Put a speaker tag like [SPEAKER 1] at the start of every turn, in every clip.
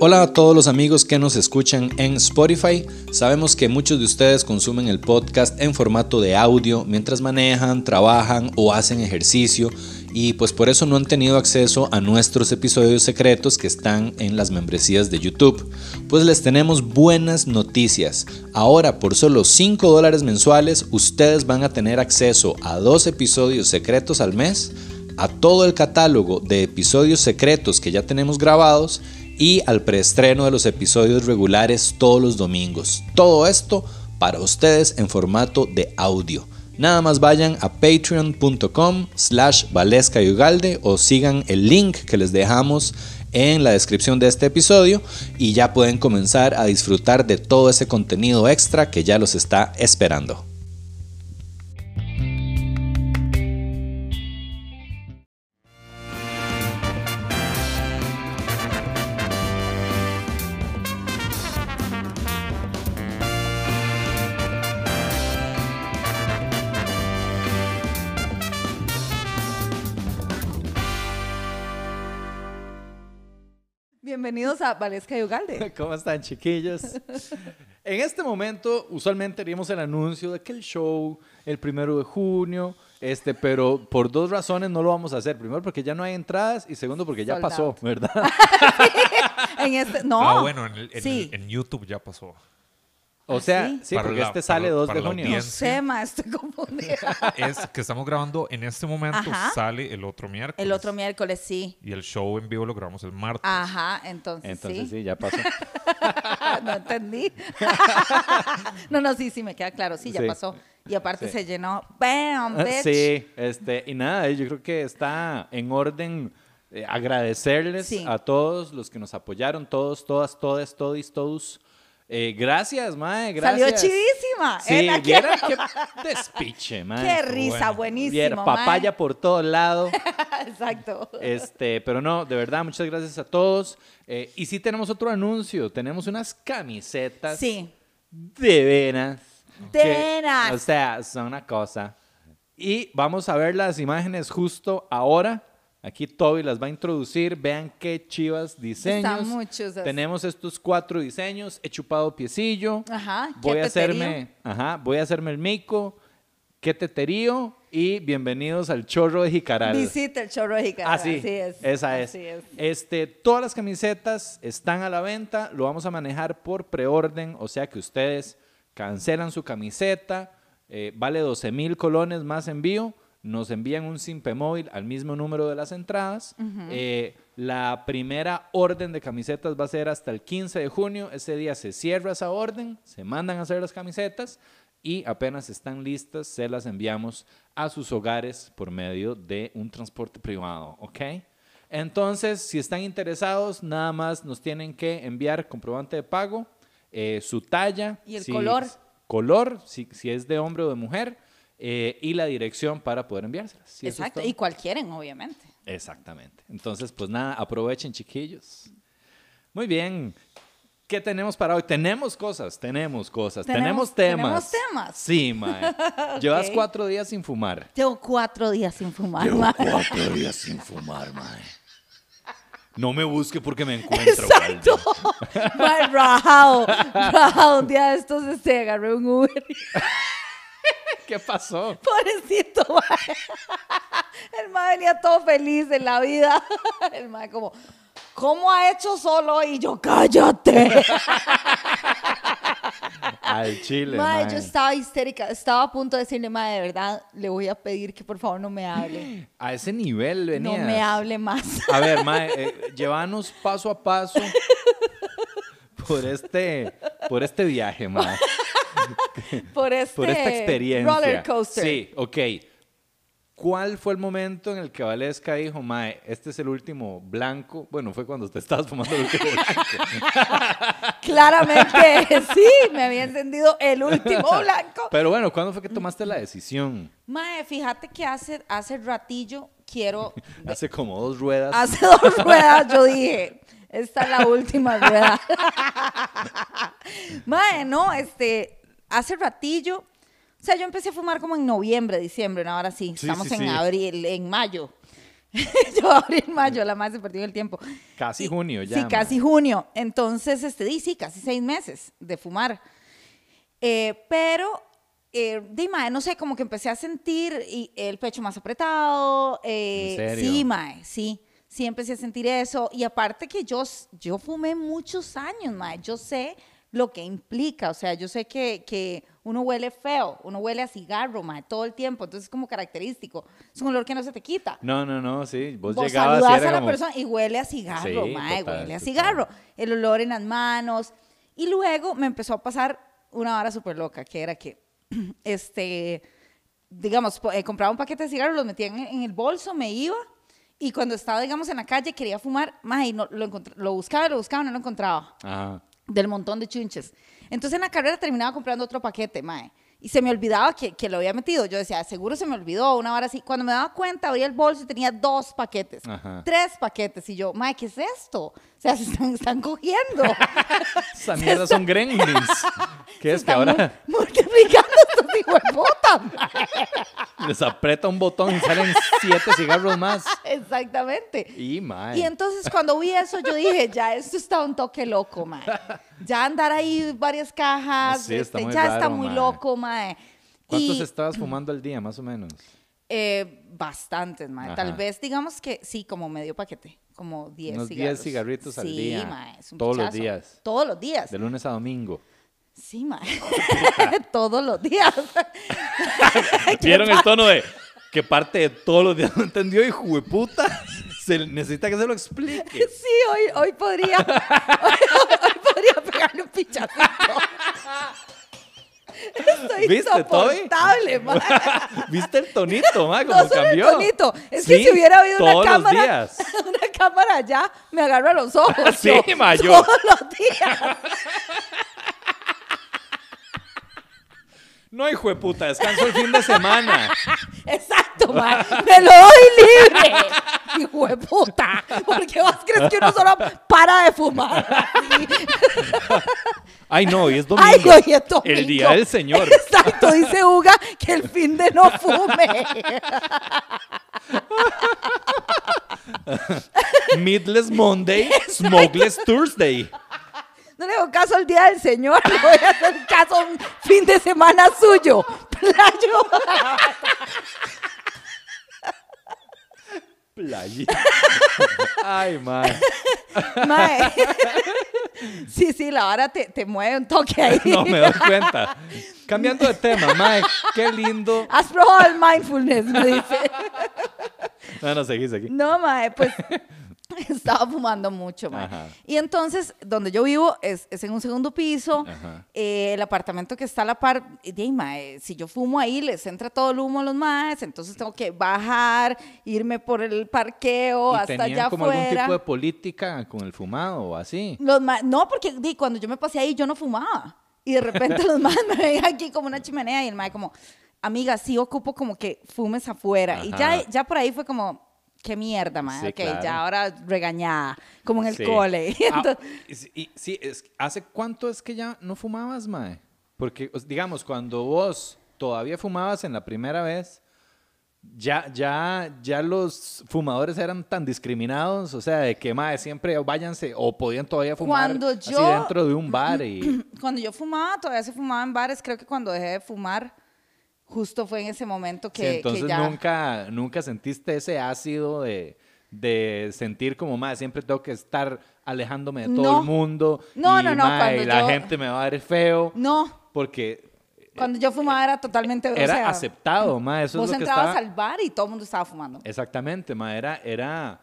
[SPEAKER 1] Hola a todos los amigos que nos escuchan en Spotify. Sabemos que muchos de ustedes consumen el podcast en formato de audio mientras manejan, trabajan o hacen ejercicio y pues por eso no han tenido acceso a nuestros episodios secretos que están en las membresías de YouTube. Pues les tenemos buenas noticias. Ahora por solo 5 dólares mensuales ustedes van a tener acceso a dos episodios secretos al mes, a todo el catálogo de episodios secretos que ya tenemos grabados y al preestreno de los episodios regulares todos los domingos. Todo esto para ustedes en formato de audio. Nada más vayan a patreon.com slash valesca y ugalde o sigan el link que les dejamos en la descripción de este episodio y ya pueden comenzar a disfrutar de todo ese contenido extra que ya los está esperando.
[SPEAKER 2] Bienvenidos a Valesca y Ugalde.
[SPEAKER 3] ¿Cómo están, chiquillos? en este momento, usualmente haríamos el anuncio de aquel show el primero de junio, este, pero por dos razones no lo vamos a hacer. Primero, porque ya no hay entradas y segundo, porque ya
[SPEAKER 2] Sold
[SPEAKER 3] pasó,
[SPEAKER 2] out.
[SPEAKER 3] ¿verdad?
[SPEAKER 2] En este, no.
[SPEAKER 4] Ah, bueno, en, el- en
[SPEAKER 2] sí.
[SPEAKER 4] el- en YouTube ya pasó.
[SPEAKER 3] O sea,
[SPEAKER 2] sí?
[SPEAKER 3] sí,
[SPEAKER 4] Para
[SPEAKER 3] porque
[SPEAKER 4] la-
[SPEAKER 3] este sale
[SPEAKER 4] para-
[SPEAKER 3] 2
[SPEAKER 4] para
[SPEAKER 3] de
[SPEAKER 4] la
[SPEAKER 3] junio.
[SPEAKER 2] No
[SPEAKER 4] audiencia.
[SPEAKER 2] sé, ma, estoy confundida.
[SPEAKER 4] Es que estamos grabando en este momento,
[SPEAKER 2] Ajá.
[SPEAKER 4] sale el otro miércoles.
[SPEAKER 2] El otro Ah. miércoles sí.
[SPEAKER 4] Y el show en vivo lo grabamos el martes.
[SPEAKER 2] Ajá, entonces,
[SPEAKER 3] Entonces
[SPEAKER 2] sí.
[SPEAKER 3] sí, ya pasó.
[SPEAKER 2] no entendí. no, no, sí, sí, me queda claro. Sí, ya
[SPEAKER 3] Sí.
[SPEAKER 2] pasó. Y aparte
[SPEAKER 3] Sí. Ah,
[SPEAKER 2] se llenó. ¡Bam! Bitch.
[SPEAKER 3] Eh, Sí, este, y nada, yo creo que está en orden eh, agradecerles
[SPEAKER 2] Sí.
[SPEAKER 3] a todos los que nos apoyaron, todos, todas, todas, todis, todos. Eh, gracias, Mae,
[SPEAKER 2] Salió
[SPEAKER 3] gracias.
[SPEAKER 2] chivísima.
[SPEAKER 3] Sí,
[SPEAKER 2] Era que-
[SPEAKER 3] viera qué despiche, Mae.
[SPEAKER 2] Qué risa,
[SPEAKER 4] bueno.
[SPEAKER 2] buenísimo.
[SPEAKER 3] Viera,
[SPEAKER 2] ma.
[SPEAKER 3] papaya por todo lado.
[SPEAKER 2] Exacto.
[SPEAKER 3] Este, pero no, de verdad, muchas gracias a todos. Eh, y sí tenemos otro anuncio, tenemos unas camisetas
[SPEAKER 2] Sí.
[SPEAKER 3] de veras.
[SPEAKER 2] De
[SPEAKER 3] que,
[SPEAKER 2] veras.
[SPEAKER 3] O sea, son una cosa. Y vamos a ver las imágenes justo ahora. Aquí Toby las va a introducir. Vean qué chivas diseños.
[SPEAKER 2] Están muy chuzas.
[SPEAKER 3] Tenemos estos cuatro diseños. He chupado piecillo.
[SPEAKER 2] Ajá, qué
[SPEAKER 3] Voy a
[SPEAKER 2] teterío.
[SPEAKER 3] hacerme, ajá, voy a hacerme el mico. Qué teterío. Y bienvenidos al chorro de Jicaral.
[SPEAKER 2] Visita el show Rojica.
[SPEAKER 3] Ah, sí,
[SPEAKER 2] es.
[SPEAKER 3] Esa es.
[SPEAKER 2] Así es.
[SPEAKER 3] Este, todas las camisetas están a la venta, lo vamos a manejar por preorden, o sea que ustedes cancelan su camiseta, eh, vale 12 mil colones más envío, nos envían un Simpe móvil al mismo número de las entradas. Eh, la primera orden de camisetas va a ser hasta el 15 de junio, ese día se cierra esa orden, se mandan a hacer las camisetas y apenas están listas, se las enviamos a sus hogares por medio de un transporte privado, ¿ok? Entonces, si están interesados, nada más nos tienen que enviar comprobante de pago, eh, su talla.
[SPEAKER 2] Y el
[SPEAKER 3] si-
[SPEAKER 2] color.
[SPEAKER 3] Color, si, si es de hombre o de mujer, eh, y la dirección para poder enviárselas. Sí, eso es
[SPEAKER 2] Exacto.
[SPEAKER 3] todo.
[SPEAKER 2] Y cualquiera, obviamente.
[SPEAKER 3] Exactamente. Entonces, pues nada, aprovechen, chiquillos. Muy bien. ¿Qué tenemos para hoy? Tenemos cosas, tenemos cosas, tenemos,
[SPEAKER 2] Tenemos-
[SPEAKER 3] temas.
[SPEAKER 2] tenemos temas.
[SPEAKER 3] Sí, Mae. Llevas
[SPEAKER 2] Ok.
[SPEAKER 3] cuatro días sin fumar.
[SPEAKER 2] Tengo cuatro días sin fumar. ma.
[SPEAKER 3] cuatro días sin fumar, Mae. No me busque porque me encuentro.
[SPEAKER 2] Exacto. Mae, rajado. Rajado. Un día de estos este, agarré un Uber.
[SPEAKER 3] ¿Qué pasó?
[SPEAKER 2] Pobrecito, mae. El mae venía todo feliz en la vida. El mae como, ¿cómo ha hecho solo? Y yo, cállate.
[SPEAKER 3] Al chile,
[SPEAKER 2] Mae,
[SPEAKER 3] mae.
[SPEAKER 2] yo estaba histérica. Estaba a punto de decirle, mae, de verdad, le voy a pedir que por favor no me hable.
[SPEAKER 3] A ese nivel venías.
[SPEAKER 2] No me hable más.
[SPEAKER 3] A ver, mae, eh, llévanos paso a paso por este, por este viaje, mae.
[SPEAKER 2] Por, este
[SPEAKER 3] por esta experiencia.
[SPEAKER 2] Roller coaster.
[SPEAKER 3] Sí, ok. ¿Cuál fue el momento en el que Valesca dijo, Mae, este es el último blanco? Bueno, fue cuando te estabas fumando el último blanco.
[SPEAKER 2] Claramente, sí, me había encendido el último blanco.
[SPEAKER 3] Pero bueno, ¿cuándo fue que tomaste la decisión?
[SPEAKER 2] Mae, fíjate que hace, hace ratillo quiero.
[SPEAKER 3] Hace como dos ruedas.
[SPEAKER 2] Hace dos ruedas yo dije, esta es la última rueda. Mae, no, este, hace ratillo. O sea, yo empecé a fumar como en noviembre, diciembre, ¿no? ahora sí,
[SPEAKER 3] Sí,
[SPEAKER 2] estamos
[SPEAKER 3] sí,
[SPEAKER 2] en
[SPEAKER 3] sí.
[SPEAKER 2] abril, en mayo. yo abril, mayo, la más se perdió el tiempo.
[SPEAKER 3] Casi
[SPEAKER 2] Sí,
[SPEAKER 3] junio ya.
[SPEAKER 2] Sí,
[SPEAKER 3] ma.
[SPEAKER 2] casi junio. Entonces, este, di, sí, casi seis meses de fumar. Eh, pero, eh, di, mae, no sé, como que empecé a sentir y- el pecho más apretado. eh,
[SPEAKER 3] ¿En serio?
[SPEAKER 2] Sí, mae, sí. Sí, empecé a sentir eso. Y aparte que yo, s- yo fumé muchos años, mae. Yo sé lo que implica. O sea, yo sé que, que uno huele feo, uno huele a cigarro, mae, todo el tiempo. Entonces, es como característico. Es un olor que no se te quita
[SPEAKER 3] No, no, no, sí. Vos,
[SPEAKER 2] vos
[SPEAKER 3] llegabas y
[SPEAKER 2] saludás
[SPEAKER 3] era
[SPEAKER 2] a la
[SPEAKER 3] como-
[SPEAKER 2] persona y huele a cigarro,
[SPEAKER 3] Sí,
[SPEAKER 2] mae,
[SPEAKER 3] total,
[SPEAKER 2] huele a
[SPEAKER 3] total.
[SPEAKER 2] cigarro. El olor en las manos. Y luego me empezó a pasar una hora súper loca, que era que, este, digamos, po- eh, compraba un paquete de cigarros, los metía en, en el bolso, me iba, y cuando estaba, digamos, en la calle, quería fumar, mae, y no, lo, encontr- lo buscaba, lo buscaba, no lo encontraba
[SPEAKER 3] Ajá.
[SPEAKER 2] del montón de chunches. Entonces en la carrera terminaba comprando otro paquete, mae. Y se me olvidaba que, que lo había metido. Yo decía, seguro se me olvidó, una hora así. Cuando me daba cuenta, abría el bolso y tenía dos paquetes.
[SPEAKER 3] Ajá.
[SPEAKER 2] Tres paquetes. Y yo, mae, ¿qué es esto? O sea, se están, están cogiendo.
[SPEAKER 3] Esa mierda son gremlins. ¿Qué es que
[SPEAKER 2] Están
[SPEAKER 3] ahora
[SPEAKER 2] mu- Multiplicando estos hijos de puta, mae.
[SPEAKER 3] les aprieta un botón y salen siete cigarros más?
[SPEAKER 2] Exactamente.
[SPEAKER 3] Y mae.
[SPEAKER 2] Y entonces cuando vi eso, yo dije, ya esto está un toque loco, mae. Ya andar ahí varias
[SPEAKER 3] Ah,
[SPEAKER 2] cajas,
[SPEAKER 3] Sí, está
[SPEAKER 2] este,
[SPEAKER 3] muy
[SPEAKER 2] ya está
[SPEAKER 3] raro,
[SPEAKER 2] muy
[SPEAKER 3] mae.
[SPEAKER 2] loco, mae.
[SPEAKER 3] ¿Cuántos
[SPEAKER 2] Y-
[SPEAKER 3] estabas fumando al día, más o menos?
[SPEAKER 2] Eh, bastantes, mae. Tal
[SPEAKER 3] Ajá.
[SPEAKER 2] vez, digamos que sí, como medio paquete, como 10
[SPEAKER 3] Unos 10
[SPEAKER 2] cigarros.
[SPEAKER 3] cigarritos al
[SPEAKER 2] Sí,
[SPEAKER 3] día,
[SPEAKER 2] mae, es un
[SPEAKER 3] todos los
[SPEAKER 2] pichazo.
[SPEAKER 3] días.
[SPEAKER 2] Todos los días.
[SPEAKER 3] De lunes a domingo.
[SPEAKER 2] Sí, mae. todos los días.
[SPEAKER 3] ¿Vieron el tono de que parte de todos los días no entendió y jueputa? Se necesita que se lo explique.
[SPEAKER 2] Sí, hoy, hoy podría. Hoy, hoy podría pegarle un pichacito. Estoy
[SPEAKER 3] ¿Viste, Toby?
[SPEAKER 2] insoportable, mae.
[SPEAKER 3] ¿Viste el tonito, mae? Como
[SPEAKER 2] no solo el
[SPEAKER 3] cambió.
[SPEAKER 2] tonito, es que
[SPEAKER 3] Sí,
[SPEAKER 2] si hubiera habido una
[SPEAKER 3] todos los
[SPEAKER 2] cámara,
[SPEAKER 3] días.
[SPEAKER 2] una cámara allá, me agarro a los ojos.
[SPEAKER 3] Sí,
[SPEAKER 2] yo,
[SPEAKER 3] ma, yo.
[SPEAKER 2] Todos los días.
[SPEAKER 3] No, hijo de puta, descanso el fin de semana.
[SPEAKER 2] Exacto, ma. Me lo doy libre. Hijo de puta. Porque vos crees que uno solo para de fumar. así?
[SPEAKER 3] Ay, no, hoy es domingo.
[SPEAKER 2] Ay, hoy es domingo.
[SPEAKER 3] El día del Señor.
[SPEAKER 2] Exacto, dice Uga que el fin de no fume.
[SPEAKER 3] Meatless Monday, Smokeless Thursday.
[SPEAKER 2] No le hago caso al día del Señor, le voy a hacer caso a un fin de semana suyo. Playo.
[SPEAKER 3] Playa. Ay, mae.
[SPEAKER 2] Mae. Sí, sí, la hora te, te mueve un toque ahí.
[SPEAKER 3] No me doy cuenta. Cambiando de tema, mae, qué lindo.
[SPEAKER 2] Has probado el mindfulness, me dice.
[SPEAKER 3] No, no, seguís aquí.
[SPEAKER 2] No, mae, pues estaba fumando mucho, mae.
[SPEAKER 3] Ajá.
[SPEAKER 2] Y entonces, donde yo vivo es, es en un segundo piso.
[SPEAKER 3] Ajá.
[SPEAKER 2] eh, el apartamento que está a la par, de ahí, mae, si yo fumo ahí, les entra todo el humo a los maes, entonces tengo que bajar, irme por el parqueo
[SPEAKER 3] ¿Y
[SPEAKER 2] hasta
[SPEAKER 3] tenían
[SPEAKER 2] allá
[SPEAKER 3] como
[SPEAKER 2] afuera.
[SPEAKER 3] algún tipo de política con el fumado o así?
[SPEAKER 2] Los ma- no, porque di, cuando yo me pasé ahí yo no fumaba. Y de repente los más me veían aquí como una chimenea y el mae como, amiga, sí ocupo como que fumes afuera. Y ya,
[SPEAKER 3] Ajá.
[SPEAKER 2] ya por ahí fue como, qué mierda, mae.
[SPEAKER 3] Sí,
[SPEAKER 2] ok,
[SPEAKER 3] claro.
[SPEAKER 2] ya ahora regañada, como en el
[SPEAKER 3] Sí.
[SPEAKER 2] cole. Y
[SPEAKER 3] Ah,
[SPEAKER 2] entonces-
[SPEAKER 3] y sí- y sí, es- ¿hace cuánto es que ya no fumabas, mae? Porque, os- digamos, cuando vos todavía fumabas en la primera vez, ya, ya, ya los fumadores eran tan discriminados, o sea, de que, mae, siempre váyanse, o podían todavía fumar
[SPEAKER 2] Cuando
[SPEAKER 3] así
[SPEAKER 2] yo-
[SPEAKER 3] dentro de un bar y...
[SPEAKER 2] cuando yo fumaba, todavía se fumaba en bares. Creo que cuando dejé de fumar, justo fue en ese momento
[SPEAKER 3] Sí,
[SPEAKER 2] que, que
[SPEAKER 3] entonces
[SPEAKER 2] ya...
[SPEAKER 3] nunca, nunca sentiste ese ácido de, de sentir como más, siempre tengo que estar alejándome de todo
[SPEAKER 2] No.
[SPEAKER 3] el mundo.
[SPEAKER 2] No,
[SPEAKER 3] y,
[SPEAKER 2] no, no,
[SPEAKER 3] mae,
[SPEAKER 2] cuando
[SPEAKER 3] la
[SPEAKER 2] yo-
[SPEAKER 3] gente me va a ver feo.
[SPEAKER 2] No,
[SPEAKER 3] Porque
[SPEAKER 2] cuando yo fumaba era totalmente... o
[SPEAKER 3] era
[SPEAKER 2] sea,
[SPEAKER 3] aceptado, ma. Eso
[SPEAKER 2] Vos
[SPEAKER 3] es lo que
[SPEAKER 2] entrabas
[SPEAKER 3] estaba...
[SPEAKER 2] al bar y todo el mundo estaba fumando.
[SPEAKER 3] Exactamente, ma. Era, era...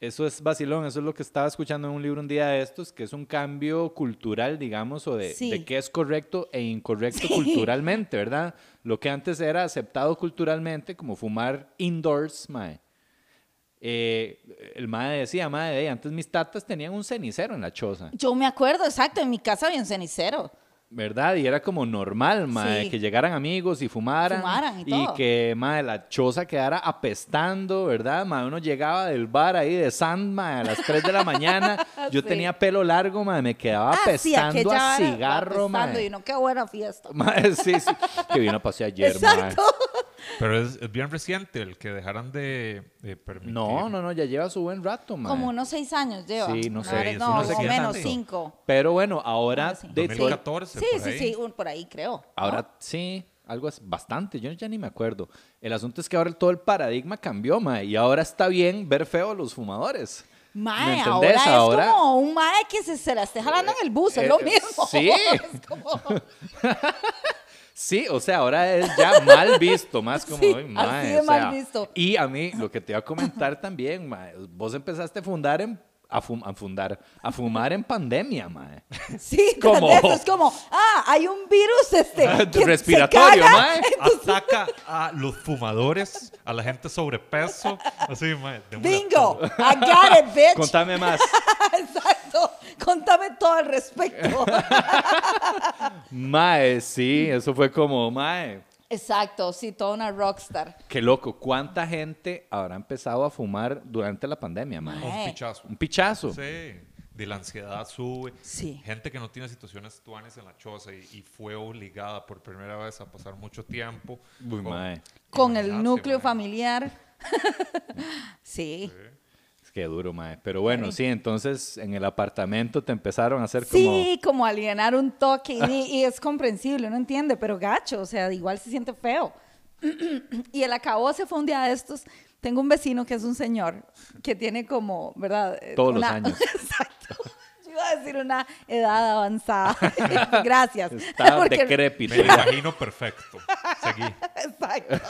[SPEAKER 3] Eso es vacilón, eso es lo que estaba escuchando en un libro un día de estos, que es un cambio cultural, digamos, o de,
[SPEAKER 2] Sí.
[SPEAKER 3] de qué es correcto e incorrecto
[SPEAKER 2] Sí.
[SPEAKER 3] culturalmente, ¿verdad? Lo que antes era aceptado culturalmente como fumar indoors, mae. Eh, el mae decía, mae, "Ey, antes mis tatas tenían un cenicero en la choza.
[SPEAKER 2] Yo me acuerdo, exacto, en mi casa había un cenicero.
[SPEAKER 3] ¿Verdad? Y era como normal, mae,
[SPEAKER 2] Sí.
[SPEAKER 3] que llegaran amigos y fumaran.
[SPEAKER 2] Fumaran y todo.
[SPEAKER 3] que, mae, la choza quedara apestando, ¿verdad? Mae, uno llegaba del bar ahí de Sand, mae, a las 3 de la mañana. Yo
[SPEAKER 2] Sí.
[SPEAKER 3] tenía pelo largo, mae, me quedaba
[SPEAKER 2] sí,
[SPEAKER 3] apestando
[SPEAKER 2] aquella
[SPEAKER 3] Ah, a
[SPEAKER 2] vara,
[SPEAKER 3] cigarro,
[SPEAKER 2] apestando,
[SPEAKER 3] mae.
[SPEAKER 2] Y no, qué buena fiesta.
[SPEAKER 3] Mae, sí, sí. Que vino a pasear ayer, mae.
[SPEAKER 2] Exacto.
[SPEAKER 4] Pero es, es bien reciente el que dejaran de, de permitir.
[SPEAKER 3] No, no, no, ya lleva su buen rato, mae.
[SPEAKER 2] Como unos seis años lleva.
[SPEAKER 3] Sí, no
[SPEAKER 2] Una
[SPEAKER 3] sé,
[SPEAKER 2] vez-
[SPEAKER 4] eso
[SPEAKER 2] No,
[SPEAKER 4] no sé
[SPEAKER 2] o
[SPEAKER 4] qué
[SPEAKER 2] menos
[SPEAKER 4] tanto.
[SPEAKER 2] cinco.
[SPEAKER 3] Pero bueno, ahora...
[SPEAKER 2] Ah, sí.
[SPEAKER 3] de-
[SPEAKER 2] Sí.
[SPEAKER 4] 2014,
[SPEAKER 2] Sí,
[SPEAKER 4] por
[SPEAKER 2] sí,
[SPEAKER 4] ahí.
[SPEAKER 2] sí, un- por ahí creo.
[SPEAKER 3] Ahora sí, algo es bastante, yo ya ni me acuerdo. El asunto es que ahora todo el paradigma cambió, mae, y ahora está bien ver feo a los fumadores.
[SPEAKER 2] Mae,
[SPEAKER 3] ¿Me
[SPEAKER 2] ahora
[SPEAKER 3] entendés?
[SPEAKER 2] es
[SPEAKER 3] Ahora-
[SPEAKER 2] como un mae que se, se la esté jalando en el bus, es
[SPEAKER 3] eh,
[SPEAKER 2] lo
[SPEAKER 3] eh,
[SPEAKER 2] mismo.
[SPEAKER 3] sí.
[SPEAKER 2] Es como-
[SPEAKER 3] Sí, o sea, ahora es ya mal visto, más como,
[SPEAKER 2] Sí,
[SPEAKER 3] "Ay, mae",
[SPEAKER 2] así de
[SPEAKER 3] o sea,
[SPEAKER 2] mal visto.
[SPEAKER 3] Y a mí, lo que te iba a comentar también, mae, vos empezaste a fundar en... A, fum- a fundar, a fumar en pandemia, mae.
[SPEAKER 2] Sí,
[SPEAKER 3] Como- Ah,
[SPEAKER 2] como... es como, ah, hay un virus este, que se
[SPEAKER 3] Respiratorio,
[SPEAKER 2] caga.
[SPEAKER 3] mae. Ah,
[SPEAKER 4] Ataca a los fumadores, a la gente sobrepeso. Así, mae, de una.
[SPEAKER 2] Bingo, I got it, bitch.
[SPEAKER 3] Contame más.
[SPEAKER 2] Exacto, contame todo al respecto.
[SPEAKER 3] Mae, sí, eso fue como, mae,
[SPEAKER 2] Exacto, sí, toda una rockstar.
[SPEAKER 3] qué loco, cuánta gente habrá empezado a fumar durante la pandemia, mae.
[SPEAKER 4] Un
[SPEAKER 2] Mae.
[SPEAKER 4] pichazo.
[SPEAKER 3] Un pichazo.
[SPEAKER 4] Sí. De la ansiedad sube.
[SPEAKER 2] Sí.
[SPEAKER 4] Gente que no tiene situaciones tuanes en la choza y, y fue obligada por primera vez a pasar mucho tiempo.
[SPEAKER 3] Uy,
[SPEAKER 2] Oh.
[SPEAKER 4] con-
[SPEAKER 3] mae.
[SPEAKER 2] Con el
[SPEAKER 4] Imagínate,
[SPEAKER 2] núcleo
[SPEAKER 4] mae.
[SPEAKER 2] familiar. sí.
[SPEAKER 3] Es que duro, mae. Pero bueno, sí, entonces en el apartamento te empezaron a hacer
[SPEAKER 2] Sí, como alienar un toque y, y es comprensible, uno entiende, pero gacho, o sea, igual se siente feo. y el acabó se fue un día de estos. Tengo un vecino que es un señor que tiene como, ¿verdad? Eh,
[SPEAKER 3] Todos los años.
[SPEAKER 2] Exacto. Yo iba a decir una edad avanzada. Gracias.
[SPEAKER 3] como. Está
[SPEAKER 2] Porque-
[SPEAKER 3] decrépito.
[SPEAKER 4] Me lo imagino perfecto. Seguí.
[SPEAKER 2] Exacto.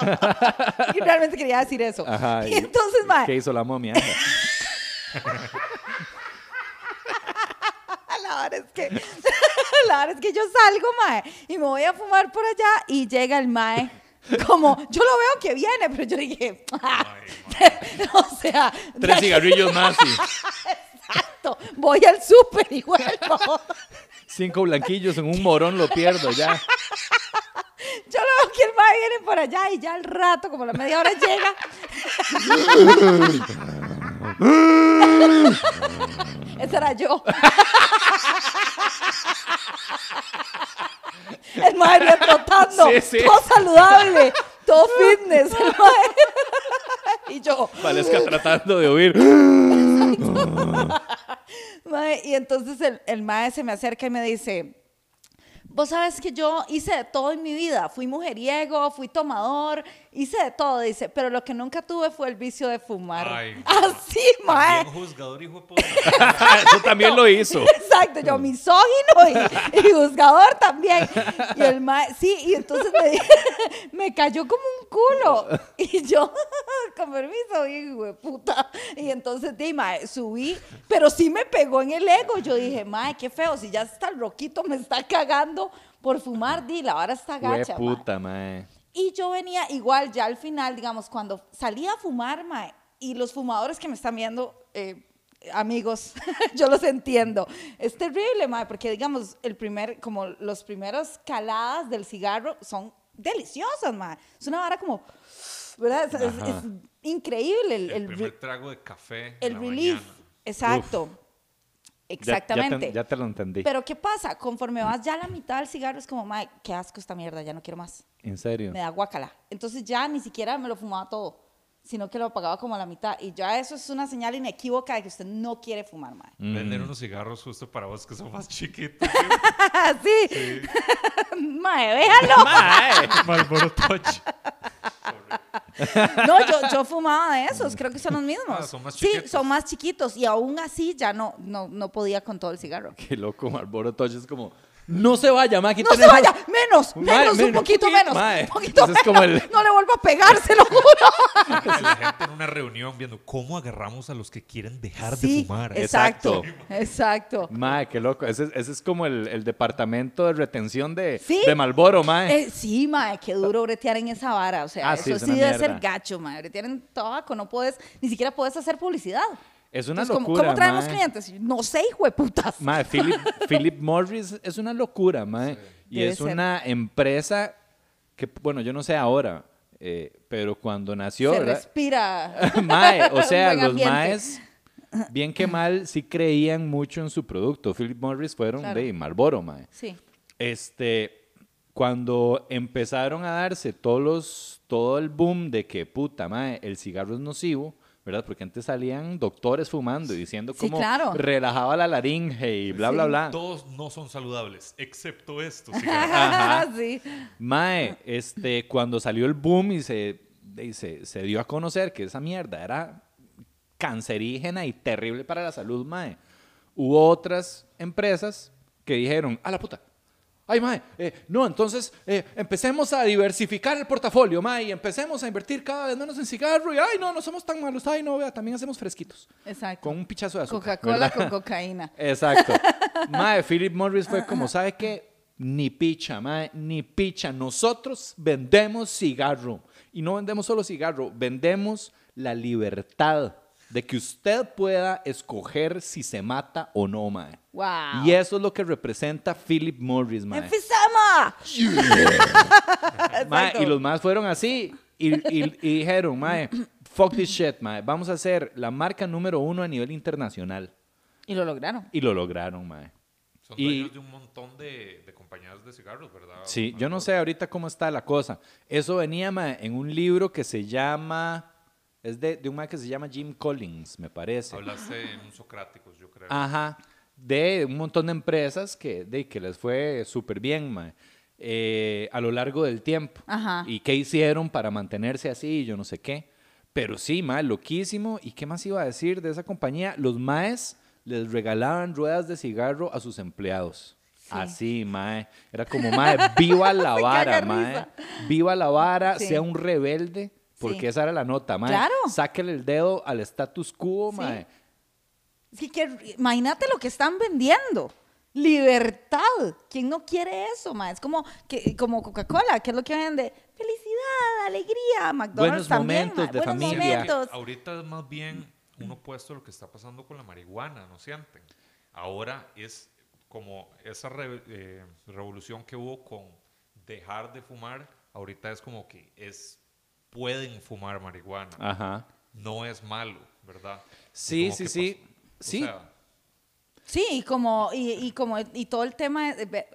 [SPEAKER 2] y realmente quería decir eso.
[SPEAKER 3] Ajá.
[SPEAKER 2] y entonces, mae,
[SPEAKER 3] ¿Qué hizo la momia?
[SPEAKER 2] La verdad es que, la verdad es que yo salgo, mae, y me voy a fumar por allá y llega el mae. Como, yo lo veo que viene, pero yo dije, o sea,
[SPEAKER 3] Tres cigarrillos más y
[SPEAKER 2] exacto, voy al súper y vuelvo.
[SPEAKER 3] cinco blanquillos en un morón lo pierdo ya.
[SPEAKER 2] Yo lo veo que el mae viene por allá y ya al rato, como a la media hora llega. Ese era yo. El mae bien trotando,
[SPEAKER 3] Sí, sí.
[SPEAKER 2] todo saludable, todo fitness. el mae. Y yo,
[SPEAKER 3] Parezca tratando de huir.
[SPEAKER 2] Mae, y entonces el, el mae se me acerca y me dice, vos sabes que yo hice de todo en mi vida, fui mujeriego, fui tomador, hice de todo, dice, pero lo que nunca tuve fue el vicio de fumar.
[SPEAKER 4] Ay,
[SPEAKER 2] Así, mae.
[SPEAKER 4] También juzgador, hijo de puta.
[SPEAKER 3] Eso también lo hizo.
[SPEAKER 2] Exacto, yo misógino y, y juzgador también. Y el mae, sí, y entonces me, di- me cayó como un culo. Y yo, con permiso, hijo de puta. Y entonces, di, mae, subí, pero sí me pegó en el ego. Yo dije, mae, qué feo, si ya está el roquito, me está cagando por fumar, di, la hora está
[SPEAKER 3] Hue
[SPEAKER 2] gacha, mae.
[SPEAKER 3] puta, mae.
[SPEAKER 2] Y yo venía igual ya al final, digamos, cuando salía a fumar, mae, y los fumadores que me están viendo, eh, amigos, yo los entiendo. Es terrible, mae, porque digamos, el primer, como los primeros caladas del cigarro son deliciosas, mae. Es una vara como, ¿verdad? Es, es- es increíble el,
[SPEAKER 4] El,
[SPEAKER 2] el,
[SPEAKER 4] primer
[SPEAKER 2] re-
[SPEAKER 4] trago de café. en
[SPEAKER 2] el
[SPEAKER 4] la
[SPEAKER 2] relief.
[SPEAKER 4] mañana.
[SPEAKER 2] Exacto.
[SPEAKER 3] Ya- ya te-
[SPEAKER 2] Exactamente.
[SPEAKER 3] Ya te, lo entendí.
[SPEAKER 2] Pero ¿qué pasa? Conforme vas ya a la mitad del cigarro, es como, mae, qué asco esta mierda, ya no quiero más
[SPEAKER 3] En serio.
[SPEAKER 2] me da guacala. Entonces ya ni siquiera me lo fumaba todo, sino que lo apagaba como a la mitad. Y ya eso es una señal inequívoca de que usted no quiere fumar, mae.
[SPEAKER 4] Vender unos cigarros justo para vos que son más chiquitos.
[SPEAKER 2] sí. mae, déjalo.
[SPEAKER 3] Mae.
[SPEAKER 4] Malboro Touch.
[SPEAKER 2] No, yo, yo fumaba de esos, creo que son los mismos.
[SPEAKER 4] Ah, son más
[SPEAKER 2] Sí,
[SPEAKER 4] chiquitos.
[SPEAKER 2] son más chiquitos. Y aún así ya no, no, no podía con todo el cigarro.
[SPEAKER 3] Qué loco, Marlboro Touch es como, no se vaya, mae, aquí
[SPEAKER 2] No se
[SPEAKER 3] tenemos-
[SPEAKER 2] vaya, menos,
[SPEAKER 3] Mae,
[SPEAKER 2] menos, un
[SPEAKER 3] menos,
[SPEAKER 2] poquito
[SPEAKER 3] poquito,
[SPEAKER 2] menos.
[SPEAKER 3] mae.
[SPEAKER 2] Un poquito
[SPEAKER 3] Ese es
[SPEAKER 2] menos.
[SPEAKER 3] como el-
[SPEAKER 2] No le vuelvo a pegar, se lo juro.
[SPEAKER 4] La gente en una reunión viendo cómo agarramos a los que quieren dejar de
[SPEAKER 2] Sí,
[SPEAKER 4] fumar.
[SPEAKER 2] exacto, exacto.
[SPEAKER 3] Mae, qué loco. Ese, ese es como el, el departamento de retención de,
[SPEAKER 2] Sí.
[SPEAKER 3] de Malboro, mae.
[SPEAKER 2] Eh, sí, mae, qué duro bretear en esa vara. O sea,
[SPEAKER 3] Ah,
[SPEAKER 2] eso
[SPEAKER 3] sí,
[SPEAKER 2] sí,
[SPEAKER 3] es una
[SPEAKER 2] debe
[SPEAKER 3] mierda.
[SPEAKER 2] ser gacho, mae. Bretear en tabaco, no puedes, ni siquiera puedes hacer publicidad.
[SPEAKER 3] es una
[SPEAKER 2] Entonces, ¿cómo-
[SPEAKER 3] locura,
[SPEAKER 2] ¿Cómo, traen los
[SPEAKER 3] mae.
[SPEAKER 2] clientes? No sé, hijo de putas.
[SPEAKER 3] Mae, Philip, Philip Morris es una locura, mae. Y
[SPEAKER 2] Debe
[SPEAKER 3] es
[SPEAKER 2] ser.
[SPEAKER 3] una empresa que, bueno, yo no sé ahora, eh, pero cuando
[SPEAKER 2] Se
[SPEAKER 3] nació, ¿verdad?
[SPEAKER 2] respira.
[SPEAKER 3] Mae, o
[SPEAKER 2] un
[SPEAKER 3] sea,
[SPEAKER 2] buen
[SPEAKER 3] los
[SPEAKER 2] ambiente.
[SPEAKER 3] maes, bien que mal, sí creían mucho en su producto. Philip Morris fueron
[SPEAKER 2] Claro.
[SPEAKER 3] de Marlboro, mae.
[SPEAKER 2] Sí.
[SPEAKER 3] Este, Cuando empezaron a darse todos los, todo el boom de que, puta madre, el cigarro es nocivo, ¿verdad? Porque antes salían doctores fumando y diciendo
[SPEAKER 2] Sí,
[SPEAKER 3] cómo
[SPEAKER 2] claro.
[SPEAKER 3] relajaba la laringe y bla, bla, bla.
[SPEAKER 4] Todos no son saludables, excepto estos.
[SPEAKER 3] Ajá.
[SPEAKER 2] sí.
[SPEAKER 3] Mae, este, cuando salió el boom y se, y se, se dio a conocer que esa mierda era cancerígena y terrible para la salud, mae. Hubo otras empresas que dijeron, a la puta. Ay, mae, eh, no, entonces eh, empecemos a diversificar el portafolio, mae, y empecemos a invertir cada vez menos en cigarro. Y ay, no, no somos tan malos. Ay, no, vea, también hacemos fresquitos.
[SPEAKER 2] Exacto.
[SPEAKER 3] Con un pichazo de azúcar.
[SPEAKER 2] Coca-Cola
[SPEAKER 3] ¿verdad?
[SPEAKER 2] con cocaína.
[SPEAKER 3] Exacto. Mae, Philip Morris fue como, ¿sabe qué? Ni picha, mae, ni picha. Nosotros vendemos cigarro. Y no vendemos solo cigarro, vendemos la libertad de que usted pueda escoger si se mata o no, mae.
[SPEAKER 2] Wow.
[SPEAKER 3] Y eso es lo que representa Philip Morris, mae.
[SPEAKER 2] ¡Enfisema!
[SPEAKER 3] Mae,
[SPEAKER 2] Exacto.
[SPEAKER 3] y los más fueron así y, y- y dijeron, mae, fuck this shit, mae. Vamos a ser la marca número uno a nivel internacional.
[SPEAKER 2] Y lo lograron.
[SPEAKER 3] Y lo lograron, mae.
[SPEAKER 4] Son
[SPEAKER 3] Y-
[SPEAKER 4] dueños de un montón de, de compañías de cigarros, ¿verdad?
[SPEAKER 3] Sí, yo no sé ahorita cómo está la cosa. Eso venía mae, en un libro que se llama. Es de, de un mae que se llama Jim Collins, me parece.
[SPEAKER 4] Hablaste en un Socráticos, yo creo.
[SPEAKER 3] Ajá. De un montón de empresas que, de, que les fue súper bien, mae, eh, a lo largo del tiempo.
[SPEAKER 2] Ajá.
[SPEAKER 3] Y qué hicieron para mantenerse así, yo no sé qué. Pero sí, mae, loquísimo. ¿Y qué más iba a decir de esa compañía? Los maes les regalaban ruedas de cigarro a sus empleados. Así, mae. Era como, mae, viva la
[SPEAKER 2] Se
[SPEAKER 3] vara,
[SPEAKER 2] caga
[SPEAKER 3] mae.
[SPEAKER 2] risa.
[SPEAKER 3] Viva la vara,
[SPEAKER 2] Sí.
[SPEAKER 3] sea un rebelde, porque
[SPEAKER 2] Sí.
[SPEAKER 3] esa era la nota, mae.
[SPEAKER 2] Claro.
[SPEAKER 3] Sáquele el dedo al status quo,
[SPEAKER 2] Sí.
[SPEAKER 3] mae.
[SPEAKER 2] Es que, qué- imagínate lo que están vendiendo. Libertad. ¿Quién no quiere eso, ma? Es como, que, como Coca-Cola, que es lo que vende. Felicidad, alegría, McDonald's
[SPEAKER 3] Buenos
[SPEAKER 2] también, ma.
[SPEAKER 3] momentos de
[SPEAKER 2] Buenos
[SPEAKER 3] familia.
[SPEAKER 2] momentos.
[SPEAKER 4] Ahorita es más bien un opuesto a lo que está pasando con la marihuana, ¿no sienten? Ahora es como esa re- eh, revolución que hubo con dejar de fumar, ahorita es como que es pueden fumar marihuana,
[SPEAKER 3] Ajá.
[SPEAKER 4] no es malo, ¿verdad?
[SPEAKER 3] Ah. Sí,
[SPEAKER 4] Como
[SPEAKER 3] sí,
[SPEAKER 4] que
[SPEAKER 3] sí.
[SPEAKER 4] pas- o
[SPEAKER 3] Sí.
[SPEAKER 4] sea,
[SPEAKER 2] Sí, y como, y, y como, y todo el tema, eh, ve-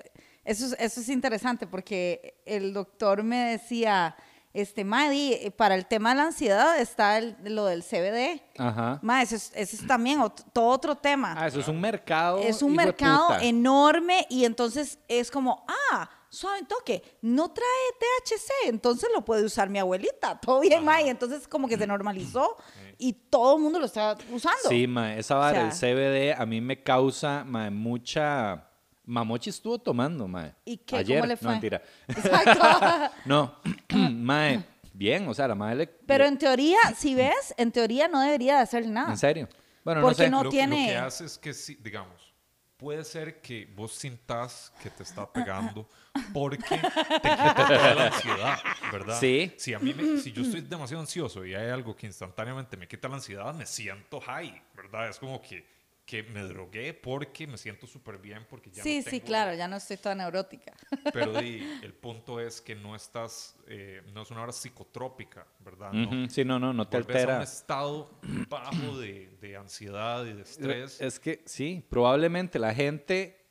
[SPEAKER 2] eso, es- eso es interesante porque el doctor me decía, este, Madi, eh, para el tema de la ansiedad está el- lo del CBD.
[SPEAKER 3] Ajá.
[SPEAKER 2] Ma, eso es, eso es también ot- todo otro tema.
[SPEAKER 3] Ah, eso es un mercado.
[SPEAKER 2] Es un
[SPEAKER 3] hijo de
[SPEAKER 2] mercado
[SPEAKER 3] puta.
[SPEAKER 2] enorme y entonces es como, ah, suave toque, no trae THC, entonces lo puede usar mi abuelita, todo bien, ma, y entonces como que se normalizó y todo el mundo lo está usando.
[SPEAKER 3] Sí, ma, esa vara,
[SPEAKER 2] O
[SPEAKER 3] el CBD, a mí me causa ma, mucha. Mamochi estuvo tomando, mae.
[SPEAKER 2] ¿Y qué?
[SPEAKER 3] Ayer,
[SPEAKER 2] ¿Cómo le fue?
[SPEAKER 3] No, mentira.
[SPEAKER 2] Exacto.
[SPEAKER 3] No, mae, bien, o sea, la madre le.
[SPEAKER 2] Pero
[SPEAKER 3] le-
[SPEAKER 2] en teoría, si ves, en teoría no debería de hacer nada.
[SPEAKER 3] ¿En serio? Bueno,
[SPEAKER 2] Porque
[SPEAKER 3] no sé.
[SPEAKER 2] no-
[SPEAKER 4] lo,
[SPEAKER 2] tiene-
[SPEAKER 4] lo que hace es que, sí, digamos, puede ser que vos sintas que te está pegando porque te quita toda la ansiedad, ¿verdad?
[SPEAKER 3] Sí.
[SPEAKER 4] Si, a mí me- si yo estoy demasiado ansioso y hay algo que instantáneamente me quita la ansiedad, me siento high, ¿verdad? Es como que, que me drogué porque me siento súper bien, porque ya no
[SPEAKER 2] sí, sí,
[SPEAKER 4] tengo-
[SPEAKER 2] claro, ya no estoy toda neurótica.
[SPEAKER 4] Pero di, el punto es que no estás, eh, no es una hora psicotrópica, ¿verdad? No.
[SPEAKER 3] Ujú, Sí, no, no, no te
[SPEAKER 4] Volvés a un
[SPEAKER 3] altera.
[SPEAKER 4] estado bajo de, de ansiedad y de estrés.
[SPEAKER 3] Es que sí, probablemente la gente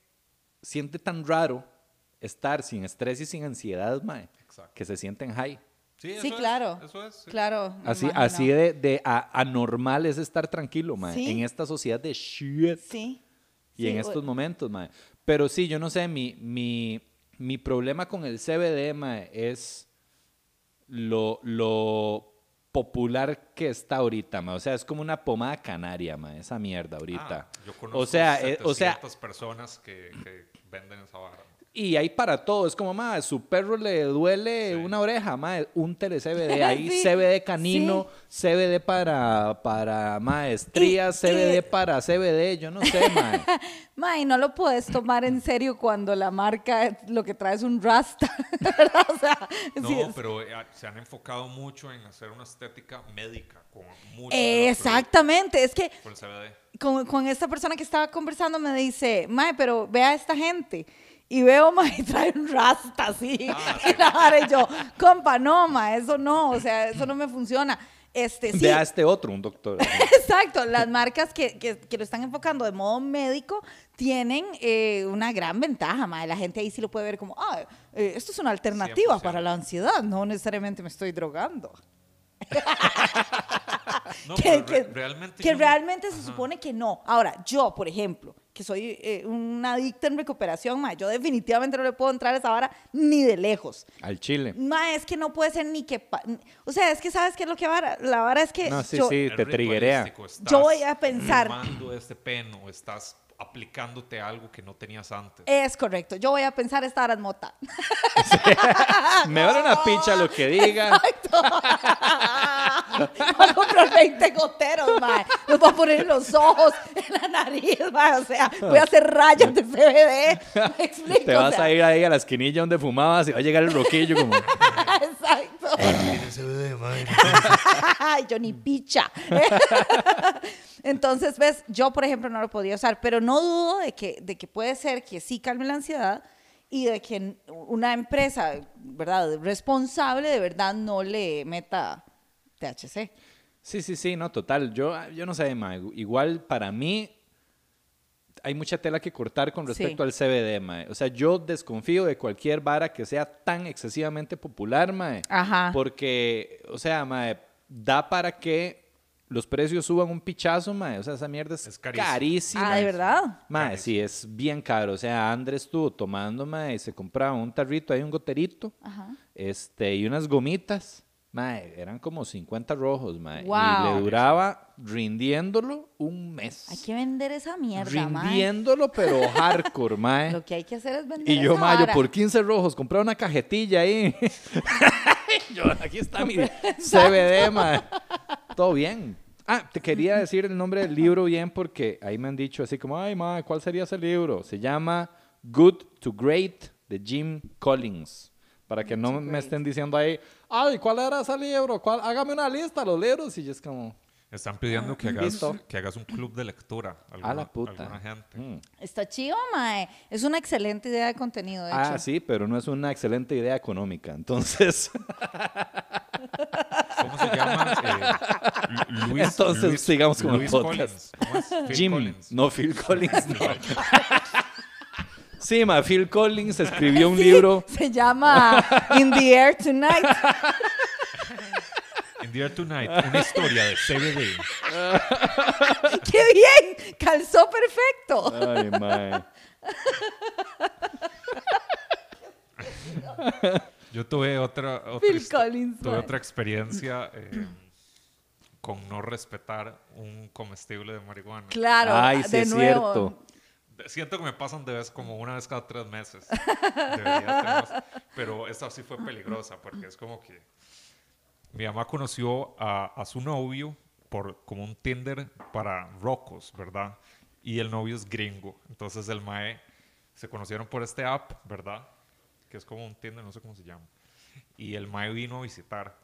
[SPEAKER 3] siente tan raro estar sin estrés y sin ansiedad, mae,
[SPEAKER 4] Exacto.
[SPEAKER 3] que se sienten high.
[SPEAKER 2] Sí,
[SPEAKER 4] eso es,
[SPEAKER 2] claro.
[SPEAKER 4] eso es, sí.
[SPEAKER 2] Claro. me
[SPEAKER 3] Así,
[SPEAKER 2] imagino.
[SPEAKER 3] así de, de a- anormal es estar tranquilo, mae,
[SPEAKER 2] Sí.
[SPEAKER 3] en esta sociedad de shit.
[SPEAKER 2] Sí.
[SPEAKER 3] Y
[SPEAKER 2] Sí,
[SPEAKER 3] en
[SPEAKER 2] o-
[SPEAKER 3] estos momentos, mae. Pero sí, yo no sé, mi, mi, mi problema con el CBD, mae, es lo, lo popular que está ahorita, mae. O sea, es como una pomada canaria, mae, esa mierda ahorita.
[SPEAKER 4] Ah, yo conozco
[SPEAKER 3] o sea, eh, o sea,
[SPEAKER 4] 700 personas que, que venden esa vara.
[SPEAKER 3] y hay para todo. Es como, mae, su perro le duele una oreja, mae, un tele CBD. Hay
[SPEAKER 2] Sí,
[SPEAKER 3] CBD canino, CBD para, para maestría,
[SPEAKER 2] Y-
[SPEAKER 3] CBD
[SPEAKER 2] y-
[SPEAKER 3] para CBD, yo no sé, mae.
[SPEAKER 2] Ma, y no lo puedes tomar en serio cuando la marca lo que trae es un rasta. ¿verdad? o sea,
[SPEAKER 4] No,
[SPEAKER 2] sí, es-
[SPEAKER 4] pero eh, ah, se han enfocado mucho en hacer una estética médica con mucho
[SPEAKER 2] Eh, exactamente. Es que
[SPEAKER 4] Con el CBD.
[SPEAKER 2] con, con esta persona que estaba conversando me dice, Mae, pero vea a esta gente. Y veo, Mae, trae un rasta así.
[SPEAKER 4] Ah,
[SPEAKER 2] y la vara, y yo, compa, no, Mae, eso no, o sea, eso no me funciona. Este, sí,
[SPEAKER 3] De a este otro, un doctor.
[SPEAKER 2] exacto. Las marcas que, que- que lo están enfocando de modo médico tienen eh, una gran ventaja, mae. La gente ahí sí lo puede ver como, ah, eh, esto es una alternativa
[SPEAKER 4] 100%.
[SPEAKER 2] para la ansiedad. No necesariamente me estoy drogando.
[SPEAKER 4] No,
[SPEAKER 2] que,
[SPEAKER 4] pero
[SPEAKER 2] que-
[SPEAKER 4] re- realmente.
[SPEAKER 2] que
[SPEAKER 4] yo no-
[SPEAKER 2] realmente se
[SPEAKER 4] Ajá.
[SPEAKER 2] supone que no. Ahora, yo, por ejemplo, que soy eh, una adicta en recuperación, mae, yo definitivamente no le puedo entrar a esa vara ni de lejos.
[SPEAKER 3] Al chile.
[SPEAKER 2] Ma, es que no puede ser ni que... pa- O sea, es que ¿sabes qué es lo que vara? La vara es que
[SPEAKER 3] No, sí,
[SPEAKER 2] yo,
[SPEAKER 3] sí,
[SPEAKER 4] Es
[SPEAKER 3] te triguerea.
[SPEAKER 4] ritualístico, estás
[SPEAKER 2] Yo voy a pensar.
[SPEAKER 4] Tomando este peno, estás aplicándote algo que no tenías antes.
[SPEAKER 2] Es correcto. Yo voy a pensar esta vara es mota. Ah,
[SPEAKER 3] Me vale una picha lo que diga.
[SPEAKER 2] voy a comprar 20 goteros, ma. Los voy a poner en los ojos, en la nariz, ma. O sea, voy a hacer rayas de CBD. Me explico.
[SPEAKER 3] Te
[SPEAKER 2] O
[SPEAKER 3] vas
[SPEAKER 2] sea,
[SPEAKER 3] a ir ahí a la esquinilla donde fumabas y va a llegar el roquillo como...
[SPEAKER 2] Exacto. Ay, yo ni picha. Entonces, ves, yo, por ejemplo, no lo podía usar, pero no dudo de que, de que puede ser que sí calme la ansiedad y de que una empresa, ¿verdad?, responsable de verdad no le meta THC.
[SPEAKER 3] Sí, sí, sí, no, total. Yo, ah, yo no sé, ma, igual para mí hay mucha tela que cortar con respecto al CBD, mae. O sea, yo desconfío de cualquier vara que sea tan excesivamente popular, mae.
[SPEAKER 2] Ajá.
[SPEAKER 3] Porque, o sea, mae, da para que los precios suban un pichazo, mae. O sea, esa mierda es,
[SPEAKER 4] Es carísimo.
[SPEAKER 3] carísima.
[SPEAKER 2] ah, ¿de verdad?
[SPEAKER 3] Mae, sí, es bien caro. O sea, Andrés estuvo tomando, mae, y se compraba un tarrito, hay un goterito,
[SPEAKER 2] Ajá.
[SPEAKER 3] este, y unas gomitas. Mae, eran como 50 rojos, mae. Y
[SPEAKER 2] Guau.
[SPEAKER 3] le duraba rindiéndolo un mes.
[SPEAKER 2] Hay que vender esa mierda, mae.
[SPEAKER 3] rindiéndolo, pero hardcore, mae.
[SPEAKER 2] Lo que hay que hacer es vender
[SPEAKER 3] eh. Y yo,
[SPEAKER 2] esa
[SPEAKER 3] mae, yo
[SPEAKER 2] vara.
[SPEAKER 3] por 15 rojos compré una cajetilla ahí. yo, aquí está mi CBD, mae. Todo bien. Ah, te quería decir el nombre del libro bien porque ahí me han dicho así como, ay, mae, ¿cuál sería ese libro? Se llama Good to Great de Jim Collins. Para que no me estén diciendo ahí, ay, ¿cuál era ese libro? ¿Cuál? Hágame una lista de los libros. Y yo es como,
[SPEAKER 4] Están pidiendo
[SPEAKER 2] ah,
[SPEAKER 4] que hagas,
[SPEAKER 3] listo.
[SPEAKER 4] que hagas un club de lectura.
[SPEAKER 3] a la
[SPEAKER 4] alguna-
[SPEAKER 3] puta.
[SPEAKER 4] alguna gente.
[SPEAKER 3] Mm.
[SPEAKER 2] Está chido, mae. Es una excelente idea de contenido, de
[SPEAKER 3] Ah,
[SPEAKER 2] hecho.
[SPEAKER 3] sí, pero no es una excelente idea económica. Entonces,
[SPEAKER 4] ¿Cómo se llama? Eh, Lu- Luis,
[SPEAKER 3] Entonces,
[SPEAKER 4] Luis-
[SPEAKER 3] sigamos con el
[SPEAKER 4] Luis
[SPEAKER 3] podcast.
[SPEAKER 4] Collins. ¿Cómo es? Phil
[SPEAKER 3] Jim,
[SPEAKER 4] Collins.
[SPEAKER 3] no Phil Collins, no. sí, ma, Phil Collins escribió un libro.
[SPEAKER 2] Se llama In the Air Tonight.
[SPEAKER 4] In the Air Tonight, una historia de CBD.
[SPEAKER 2] ¡Qué bien! Calzó perfecto.
[SPEAKER 3] Ay, ma.
[SPEAKER 4] Yo tuve otra, otra
[SPEAKER 2] Phil
[SPEAKER 4] histo-
[SPEAKER 2] Collins,
[SPEAKER 4] tuve
[SPEAKER 2] man.
[SPEAKER 4] otra experiencia eh, con no respetar un comestible de marihuana.
[SPEAKER 2] Claro,
[SPEAKER 3] Ay, sí,
[SPEAKER 2] de
[SPEAKER 3] es
[SPEAKER 2] nuevo.
[SPEAKER 3] cierto.
[SPEAKER 4] De- Siento que me pasan de vez como una vez cada tres meses. Debería ser más. Pero esta sí fue peligrosa porque es como que mi mamá conoció a, a su novio por como un Tinder para rocos, ¿verdad? Y el novio es gringo. Entonces el mae se conocieron por este app, ¿verdad? Que es como un Tinder, no sé cómo se llama. Y el mae vino a visitar.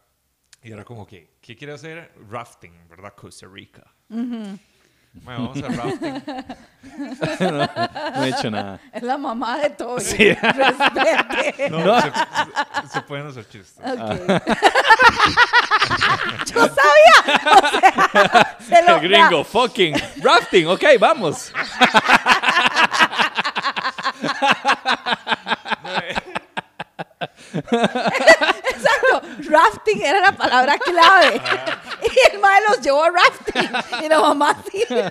[SPEAKER 4] Y era como que, ¿qué quiere hacer? Rafting, ¿verdad? Costa Rica. Mae, vamos a rafting.
[SPEAKER 3] No he hecho nada.
[SPEAKER 2] Es la mamá de todo.
[SPEAKER 3] Sí.
[SPEAKER 2] Respete.
[SPEAKER 4] No, Se, se- se pueden hacer chistes.
[SPEAKER 3] Ah.
[SPEAKER 2] Ok. Yo sabía. O sea, se lo
[SPEAKER 3] El gringo, fucking rafting. Ok, vamos.
[SPEAKER 2] Exacto. Rafting era la palabra clave.
[SPEAKER 3] Ah.
[SPEAKER 2] Y el mae los llevó a rafting. Y la mamá sí.
[SPEAKER 4] Bueno,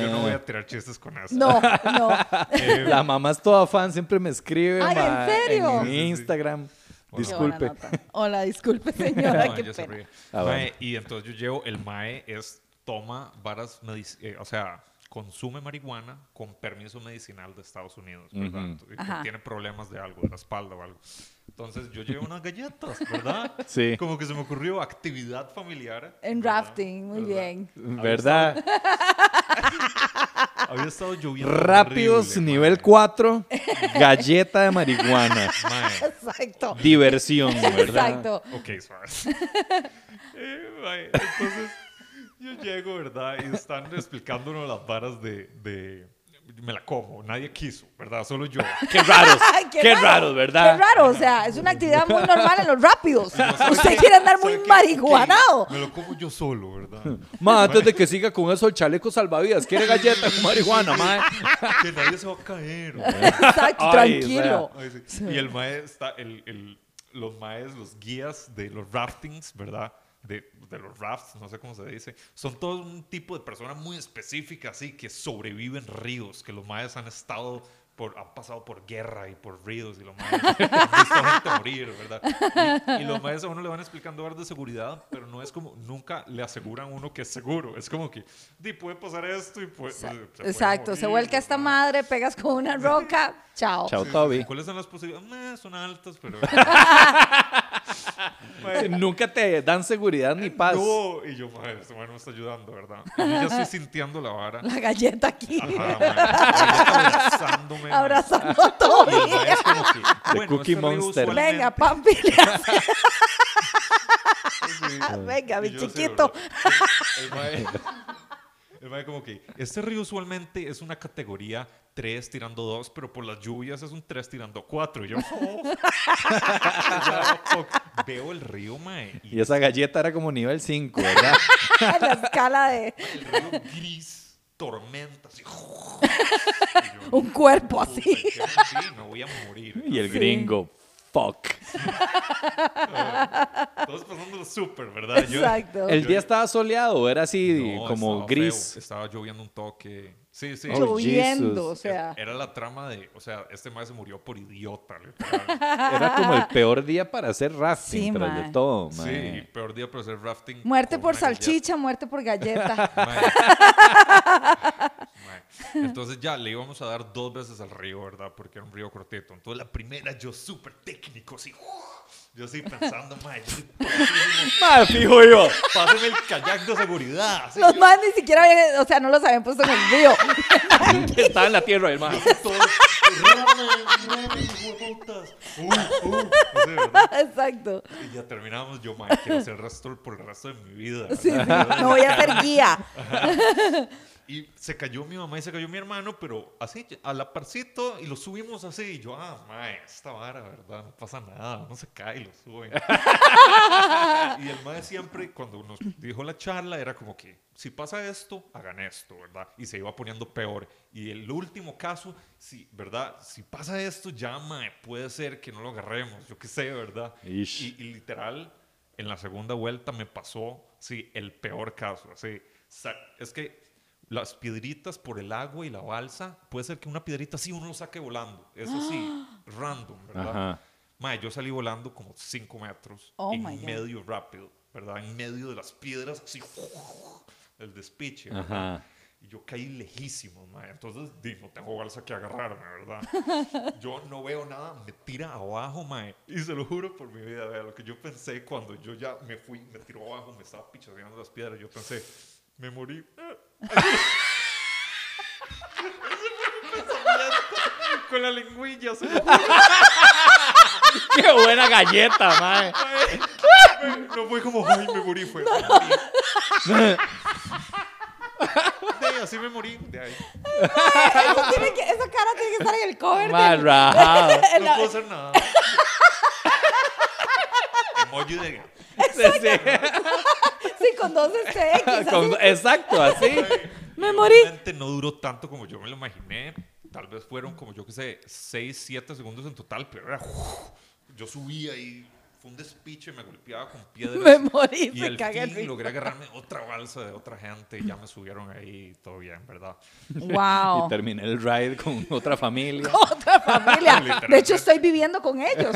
[SPEAKER 4] yo no voy a tirar chistes con eso.
[SPEAKER 2] No, no.
[SPEAKER 4] Eh,
[SPEAKER 3] La mamá es toda fan, siempre me escribe.
[SPEAKER 2] Ay, ¿en
[SPEAKER 3] ma,
[SPEAKER 2] serio?
[SPEAKER 3] En mi Instagram.
[SPEAKER 2] Qué buena
[SPEAKER 3] Disculpe.
[SPEAKER 2] nota. Hola, disculpe,
[SPEAKER 4] no,
[SPEAKER 2] señora. qué
[SPEAKER 4] ella se
[SPEAKER 2] pena.
[SPEAKER 4] ríe.
[SPEAKER 3] Ah,
[SPEAKER 4] Mae,
[SPEAKER 3] bueno.
[SPEAKER 4] Y entonces yo llevo, el MAE es, toma varas, medic- eh, o sea, consume marihuana con permiso medicinal de Estados Unidos, ¿verdad?
[SPEAKER 3] Ujú.
[SPEAKER 4] Entonces,
[SPEAKER 2] Ajá.
[SPEAKER 4] Tiene problemas de algo, de la espalda o algo. Entonces yo llevo unas galletas, ¿verdad?
[SPEAKER 3] Sí.
[SPEAKER 4] Como que se me ocurrió actividad familiar.
[SPEAKER 2] En
[SPEAKER 4] ¿verdad?
[SPEAKER 2] rafting, muy
[SPEAKER 4] ¿Verdad?
[SPEAKER 2] bien.
[SPEAKER 3] ¿Verdad?
[SPEAKER 4] Había estado lloviendo.
[SPEAKER 3] Rápidos,
[SPEAKER 4] horrible,
[SPEAKER 3] nivel
[SPEAKER 4] mae.
[SPEAKER 3] 4. Galleta de marihuana.
[SPEAKER 4] Mae.
[SPEAKER 2] Exacto.
[SPEAKER 3] Diversión, ¿verdad?
[SPEAKER 2] Exacto.
[SPEAKER 4] Ok, suave. Eh, mae, entonces, yo llego, ¿verdad? Y están explicándonos las varas de, de me la como, nadie quiso, ¿verdad? Solo yo.
[SPEAKER 3] Qué raros, qué,
[SPEAKER 2] raro,
[SPEAKER 3] raros, ¿verdad?
[SPEAKER 2] Qué raro, o sea, es una actividad muy normal en los rápidos. Usted
[SPEAKER 4] ¿Sabe
[SPEAKER 2] quiere
[SPEAKER 4] qué?
[SPEAKER 2] andar
[SPEAKER 4] ¿Sabe
[SPEAKER 2] muy
[SPEAKER 4] qué?
[SPEAKER 2] marihuanado.
[SPEAKER 4] Ok, Me lo como yo solo, ¿verdad?
[SPEAKER 3] Ma, antes de que siga con eso, el chaleco salvavidas, quiere galleta con marihuana, ma.
[SPEAKER 4] que nadie se va a caer. ¿verdad?
[SPEAKER 2] Exacto,
[SPEAKER 3] Ay,
[SPEAKER 2] tranquilo.
[SPEAKER 4] Ay, sí. Y el maestro, el, el- los maes, los guías de los raftings, ¿verdad? De, de los rafts, no sé cómo se dice, son todo un tipo de personas muy específicas, así que sobreviven ríos, que los maes han estado, por, han pasado por guerra y por ríos, y los maes han visto gente morir, ¿verdad? Y, y los maes a uno le van explicando horas de seguridad, pero no es como, nunca le aseguran a uno que es seguro, es como que, di, puede pasar esto y puede. se puede
[SPEAKER 2] Exacto, se
[SPEAKER 4] morir,
[SPEAKER 2] vuelca esta
[SPEAKER 4] ¿verdad?
[SPEAKER 2] madre, pegas con una roca, chao.
[SPEAKER 3] Chao,
[SPEAKER 4] Sí, sí,
[SPEAKER 3] Toby.
[SPEAKER 4] sí. ¿Cuáles son las posibilidades? Meh, son altas, pero.
[SPEAKER 3] Nunca te dan seguridad ni paz.
[SPEAKER 4] No, y yo, madre, este madre no me está ayudando, ¿verdad? Y yo ya estoy sintiendo la vara.
[SPEAKER 2] La galleta aquí,
[SPEAKER 4] Ajá, madre. Abrazándome. madre.
[SPEAKER 2] abrazando a Toby.
[SPEAKER 4] Y el mae es como que, bueno,
[SPEAKER 3] Cookie
[SPEAKER 4] este río
[SPEAKER 3] Monster.
[SPEAKER 4] usualmente-
[SPEAKER 2] Venga, papi, le hace-
[SPEAKER 4] Sí.
[SPEAKER 2] venga, mi
[SPEAKER 4] Y yo así,
[SPEAKER 2] chiquito.
[SPEAKER 4] ¿verdad? El mae- el mae como que, este río usualmente es una categoría 3 tirando 2, pero por las lluvias es un 3 tirando 4. Y yo, oh. Yo, fuck. veo el río, mae, y
[SPEAKER 3] Y esa galleta era como nivel 5, ¿verdad?
[SPEAKER 2] en la escala de
[SPEAKER 4] el río gris, tormenta, así. Y yo,
[SPEAKER 2] un cuerpo
[SPEAKER 4] puta,
[SPEAKER 2] así.
[SPEAKER 4] qué así, no voy a morir.
[SPEAKER 3] Y el gringo, fuck.
[SPEAKER 4] Todos pasándolo súper, ¿verdad? Yo-
[SPEAKER 2] Exacto.
[SPEAKER 3] El día estaba soleado, era así
[SPEAKER 4] No,
[SPEAKER 3] como
[SPEAKER 4] estaba
[SPEAKER 3] gris.
[SPEAKER 4] feo, Estaba lloviendo un toque. Sí, sí.
[SPEAKER 3] Oh,
[SPEAKER 2] Lloviendo,
[SPEAKER 3] Jesus.
[SPEAKER 2] o sea.
[SPEAKER 4] Era la trama de, o sea, este mae se murió por idiota, literal.
[SPEAKER 3] Era como el peor día para hacer rafting,
[SPEAKER 2] Sí,
[SPEAKER 3] tras
[SPEAKER 2] mae.
[SPEAKER 3] de todo,
[SPEAKER 4] Sí, y
[SPEAKER 3] mae.
[SPEAKER 4] peor día para hacer rafting.
[SPEAKER 2] Muerte
[SPEAKER 4] con
[SPEAKER 2] por
[SPEAKER 4] una galleta.
[SPEAKER 2] salchicha, muerte por galleta.
[SPEAKER 4] Mae. Mae. Entonces ya le íbamos a dar dos veces al río, ¿verdad? Porque era un río cortito. Entonces la primera yo súper técnico, así. ¡uh! Yo así pensando, mae, yo soy buenísimo.
[SPEAKER 3] Mae, fijo yo.
[SPEAKER 4] Pásenme el kayak de seguridad. así,
[SPEAKER 2] Los
[SPEAKER 4] yo-
[SPEAKER 2] más ni siquiera habían, o sea, no los habían puesto en el río.
[SPEAKER 3] Estaba en la tierra, hermano.
[SPEAKER 4] todo, ramen, ramen, huevotas. Uh, uh, así, ¿verdad?
[SPEAKER 2] Exacto.
[SPEAKER 4] Y ya terminamos, yo, mae, quiero ser rastro por el resto de mi vida.
[SPEAKER 2] Sí, sí,
[SPEAKER 4] ¿verdad?
[SPEAKER 2] no voy a ser guía.
[SPEAKER 4] Y se cayó mi mamá y se cayó mi hermano, pero así, a la parcito, y lo subimos así. Y yo, ah, mae, esta vara, ¿verdad? No pasa nada, uno se cae y lo suben. y el mae siempre, cuando nos dijo la charla, era como que, si pasa esto, hagan esto, ¿verdad? Y se iba poniendo peor. Y el último caso, si, ¿verdad? Si pasa esto, ya, mae, puede ser que no lo agarremos, yo qué sé, ¿verdad?
[SPEAKER 3] Ish.
[SPEAKER 4] Y- y literal, en la segunda vuelta me pasó, sí, el peor caso. Así, sa- es que las piedritas por el agua y la balsa, puede ser que una piedrita sí uno lo saque volando. Eso sí, random, ¿verdad?
[SPEAKER 3] Ajá.
[SPEAKER 4] Mae, yo salí volando como 5 metros
[SPEAKER 2] Oh
[SPEAKER 4] en
[SPEAKER 2] my God.
[SPEAKER 4] medio rápido, ¿verdad? En medio de las piedras, así, el despiche. ¿verdad?
[SPEAKER 3] Ajá.
[SPEAKER 4] Y yo caí lejísimo, mae. Entonces, di, no tengo balsa que agarrarme, ¿verdad? yo no veo nada, me tira abajo, mae. Y se lo juro por mi vida, vea, lo que yo pensé cuando yo ya me fui, me tiró abajo, me estaba pichoteando las piedras. Yo pensé, me morí. Ese fue mi pensamiento, Con la lengüilla, se lo juro,
[SPEAKER 3] Qué buena galleta, mae.
[SPEAKER 4] mae. No fue como, ay, me morí, fue. "Me morí". De ahí, así me morí. De ahí.
[SPEAKER 2] Eso tiene que- esa cara tiene que estar en el cover.
[SPEAKER 3] Mae,
[SPEAKER 2] del-
[SPEAKER 3] rajado.
[SPEAKER 4] No puedo hacer nada. Emoji de
[SPEAKER 3] Sí, sí.
[SPEAKER 2] sí, con dos este X.
[SPEAKER 3] Con-
[SPEAKER 2] así.
[SPEAKER 3] exacto, así.
[SPEAKER 2] Me
[SPEAKER 4] Y
[SPEAKER 2] morí.
[SPEAKER 4] obviamente no duró tanto como yo me lo imaginé. Tal vez fueron como yo que sé, 6, 7 segundos en total, pero era. uff. yo subía y fue un despiche, me golpeaba con piedras.
[SPEAKER 2] Me morí,
[SPEAKER 4] y
[SPEAKER 2] se
[SPEAKER 4] al
[SPEAKER 2] caga el
[SPEAKER 4] fin
[SPEAKER 2] río.
[SPEAKER 4] logré agarrarme otra balsa de otra gente y ya me subieron ahí y todo bien, ¿verdad?
[SPEAKER 2] Wow.
[SPEAKER 3] Y terminé el ride con otra familia.
[SPEAKER 2] Otra familia. De
[SPEAKER 4] Literalmente.
[SPEAKER 2] hecho, estoy viviendo con ellos.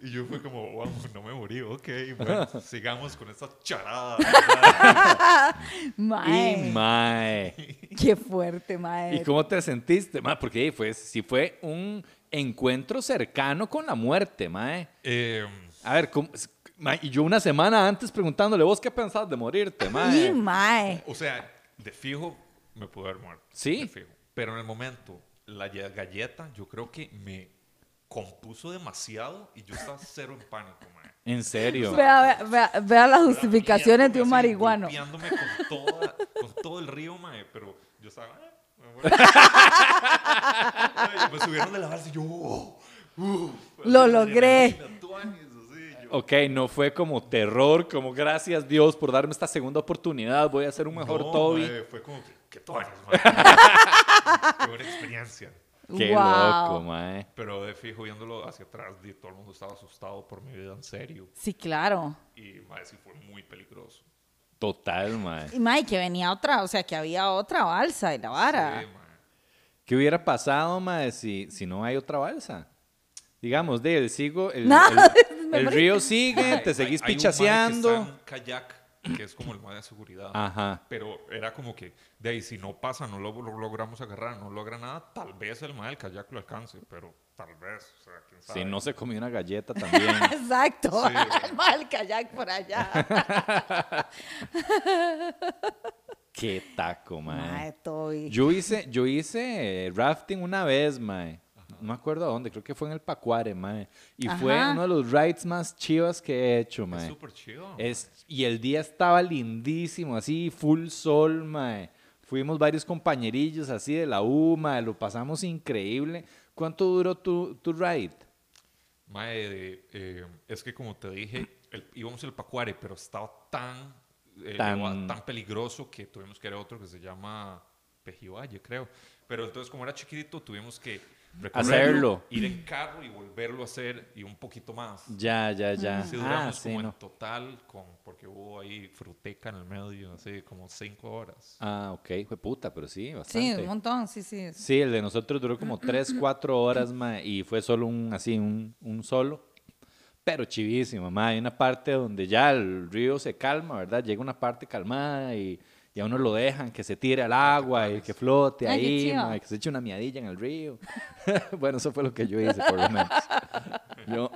[SPEAKER 4] Y yo fue como, wow, no me morí, ok, bueno, sigamos con esta charada. ¿verdad?
[SPEAKER 3] Y
[SPEAKER 2] Mae.
[SPEAKER 3] mae.
[SPEAKER 2] Qué fuerte, mae.
[SPEAKER 3] ¿Y cómo te sentiste, mae? Porque ey, fue, sí fue un encuentro cercano con la muerte, mae.
[SPEAKER 4] Em,
[SPEAKER 3] A ver, ¿cómo- mae, y yo una semana antes preguntándole, ¿vos qué pensás de morirte, eh?"
[SPEAKER 2] Y
[SPEAKER 3] mae?
[SPEAKER 2] mae.
[SPEAKER 4] O sea, de fijo me pude haber muerto.
[SPEAKER 3] Sí.
[SPEAKER 4] De fijo. Pero en el momento, la ya- galleta yo creo que me compuso demasiado y yo estaba cero en pánico, man.
[SPEAKER 3] En serio.
[SPEAKER 2] Vea, vea, vea, vea las justificaciones de un marihuano.
[SPEAKER 4] Golpeándome con, toda- con todo el río, mae, pero yo estaba... "Ah", Me muero. Ay, me subieron de la balsa y yo. "Oh, uh".
[SPEAKER 2] Lo logré.
[SPEAKER 4] Tatuajes, así, yo.
[SPEAKER 3] Ok, no fue como terror, como gracias Dios por darme esta segunda oportunidad, voy a ser un mejor
[SPEAKER 4] No, eh.
[SPEAKER 3] Toby.
[SPEAKER 4] mae, fue como que, qué tuanis, mae. Qué buena experiencia.
[SPEAKER 3] Qué
[SPEAKER 2] Guau.
[SPEAKER 3] loco, eh. mae.
[SPEAKER 4] Pero de fijo, viéndolo hacia atrás, di- todo el mundo estaba asustado por mi vida en serio.
[SPEAKER 2] Sí, claro.
[SPEAKER 4] Y mae, sí fue muy peligroso.
[SPEAKER 3] Total, eh. mae.
[SPEAKER 2] Y Mae, que venía otra, o sea, que había otra balsa y la vara.
[SPEAKER 4] Sí, mae.
[SPEAKER 3] ¿Qué hubiera pasado, mae, si, si no hay otra balsa? Digamos, de el sigo, el,
[SPEAKER 2] No,
[SPEAKER 3] el-
[SPEAKER 2] me
[SPEAKER 3] el
[SPEAKER 2] morí.
[SPEAKER 3] río sigue,
[SPEAKER 4] Hay-
[SPEAKER 3] te seguís
[SPEAKER 4] hay- hay un
[SPEAKER 3] pichaseando.
[SPEAKER 4] mae que está en kayak, que es como el mae de seguridad.
[SPEAKER 3] Ajá.
[SPEAKER 4] Pero era como que, de ahí, si no pasa, no lo, lo logramos agarrar, no logra nada, tal vez el mae del kayak lo alcance, pero tal vez, o sea, quién sabe.
[SPEAKER 3] Si no se comió una galleta también.
[SPEAKER 2] Exacto.
[SPEAKER 4] Sí.
[SPEAKER 2] El mae del kayak por allá.
[SPEAKER 3] Qué taco, mae.
[SPEAKER 2] Mae, Toby.
[SPEAKER 3] Yo hice, yo hice eh, rafting una vez, mae. No me acuerdo a dónde, creo que fue en el Pacuare, mae. Y fue
[SPEAKER 2] Ajá.
[SPEAKER 3] uno de los rides más chivas que he hecho, mae.
[SPEAKER 4] Es súper chido.
[SPEAKER 3] Es- y el día estaba lindísimo, así, full sol, mae. Fuimos varios compañerillos así de la U, mae, lo pasamos increíble. ¿Cuánto duró tu, tu ride?
[SPEAKER 4] Mae, de- eh, es que como te dije, el- íbamos el Pacuare, pero estaba tan, eh,
[SPEAKER 3] Tan-
[SPEAKER 4] eleva- tan peligroso que tuvimos que ir a otro que se llama Pejivalle, creo. Pero entonces, como era chiquitito, tuvimos que recorrerlo,
[SPEAKER 3] Hacerlo.
[SPEAKER 4] ir en carro y volverlo a hacer y un poquito más.
[SPEAKER 3] Ya, ya, ya.
[SPEAKER 4] Así duramos
[SPEAKER 3] ah, sí,
[SPEAKER 4] como en
[SPEAKER 3] no.
[SPEAKER 4] total, con, porque hubo ahí fruteca en el medio, así como cinco horas.
[SPEAKER 3] Ah, ok, fue puta, pero sí,
[SPEAKER 2] Sí,
[SPEAKER 3] bastante.
[SPEAKER 2] un montón, sí, sí.
[SPEAKER 3] Sí, el de nosotros duró como 3, 4 horas, ma, y fue solo un, así, un, un solo. Pero chivísimo, ma. Hay una parte donde ya el río se calma, ¿verdad? Llega una parte calmada y, y a uno lo dejan que se tire al agua y que flote
[SPEAKER 2] Ay, qué
[SPEAKER 3] ahí,
[SPEAKER 2] chiva.
[SPEAKER 3] ma, que se eche una miadilla en el río. bueno, eso fue lo que yo hice, por lo menos. Yo...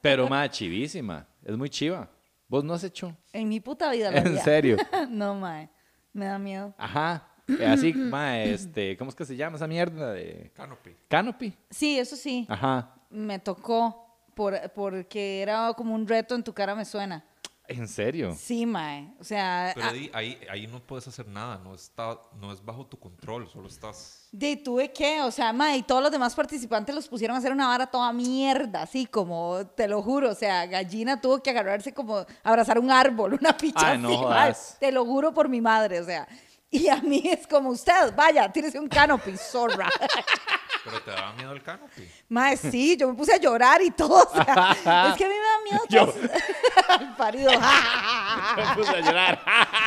[SPEAKER 3] Pero, ma, chivísima. Es muy chiva. ¿Vos no has hecho?
[SPEAKER 2] En mi puta vida lo
[SPEAKER 3] ¿En
[SPEAKER 2] haría.
[SPEAKER 3] serio?
[SPEAKER 2] no, mae. Me da miedo.
[SPEAKER 3] Ajá. Eh, Así, ma, este, ¿cómo es que se llama esa mierda de...?
[SPEAKER 4] Canopy.
[SPEAKER 3] Canopy.
[SPEAKER 2] Sí, eso sí.
[SPEAKER 3] Ajá.
[SPEAKER 2] Me tocó por, porque era como un reto en tu cara me suena.
[SPEAKER 3] ¿En serio?
[SPEAKER 2] Sí, mae. O sea,
[SPEAKER 4] Pero
[SPEAKER 2] ah,
[SPEAKER 4] ahí, ahí, ahí no puedes hacer nada, no, está, no es bajo tu control, solo estás...
[SPEAKER 2] de tuve que, o sea, mae, y todos los demás participantes los pusieron a hacer una vara toda mierda, así como, te lo juro, o sea, gallina tuvo que agarrarse como, abrazar un árbol, una picha
[SPEAKER 3] Ay, no
[SPEAKER 2] así, mae,
[SPEAKER 3] jodas.
[SPEAKER 2] te lo juro por mi madre, o sea. Y a mí es como usted, vaya, tírese un canopy, zorra.
[SPEAKER 4] Pero te daba miedo el canopy.
[SPEAKER 2] Mae, sí, yo me puse a llorar y todo. o sea, es que a mí me da miedo.
[SPEAKER 3] Yo-
[SPEAKER 2] Al parido.
[SPEAKER 3] Ah, Me puse a llorar.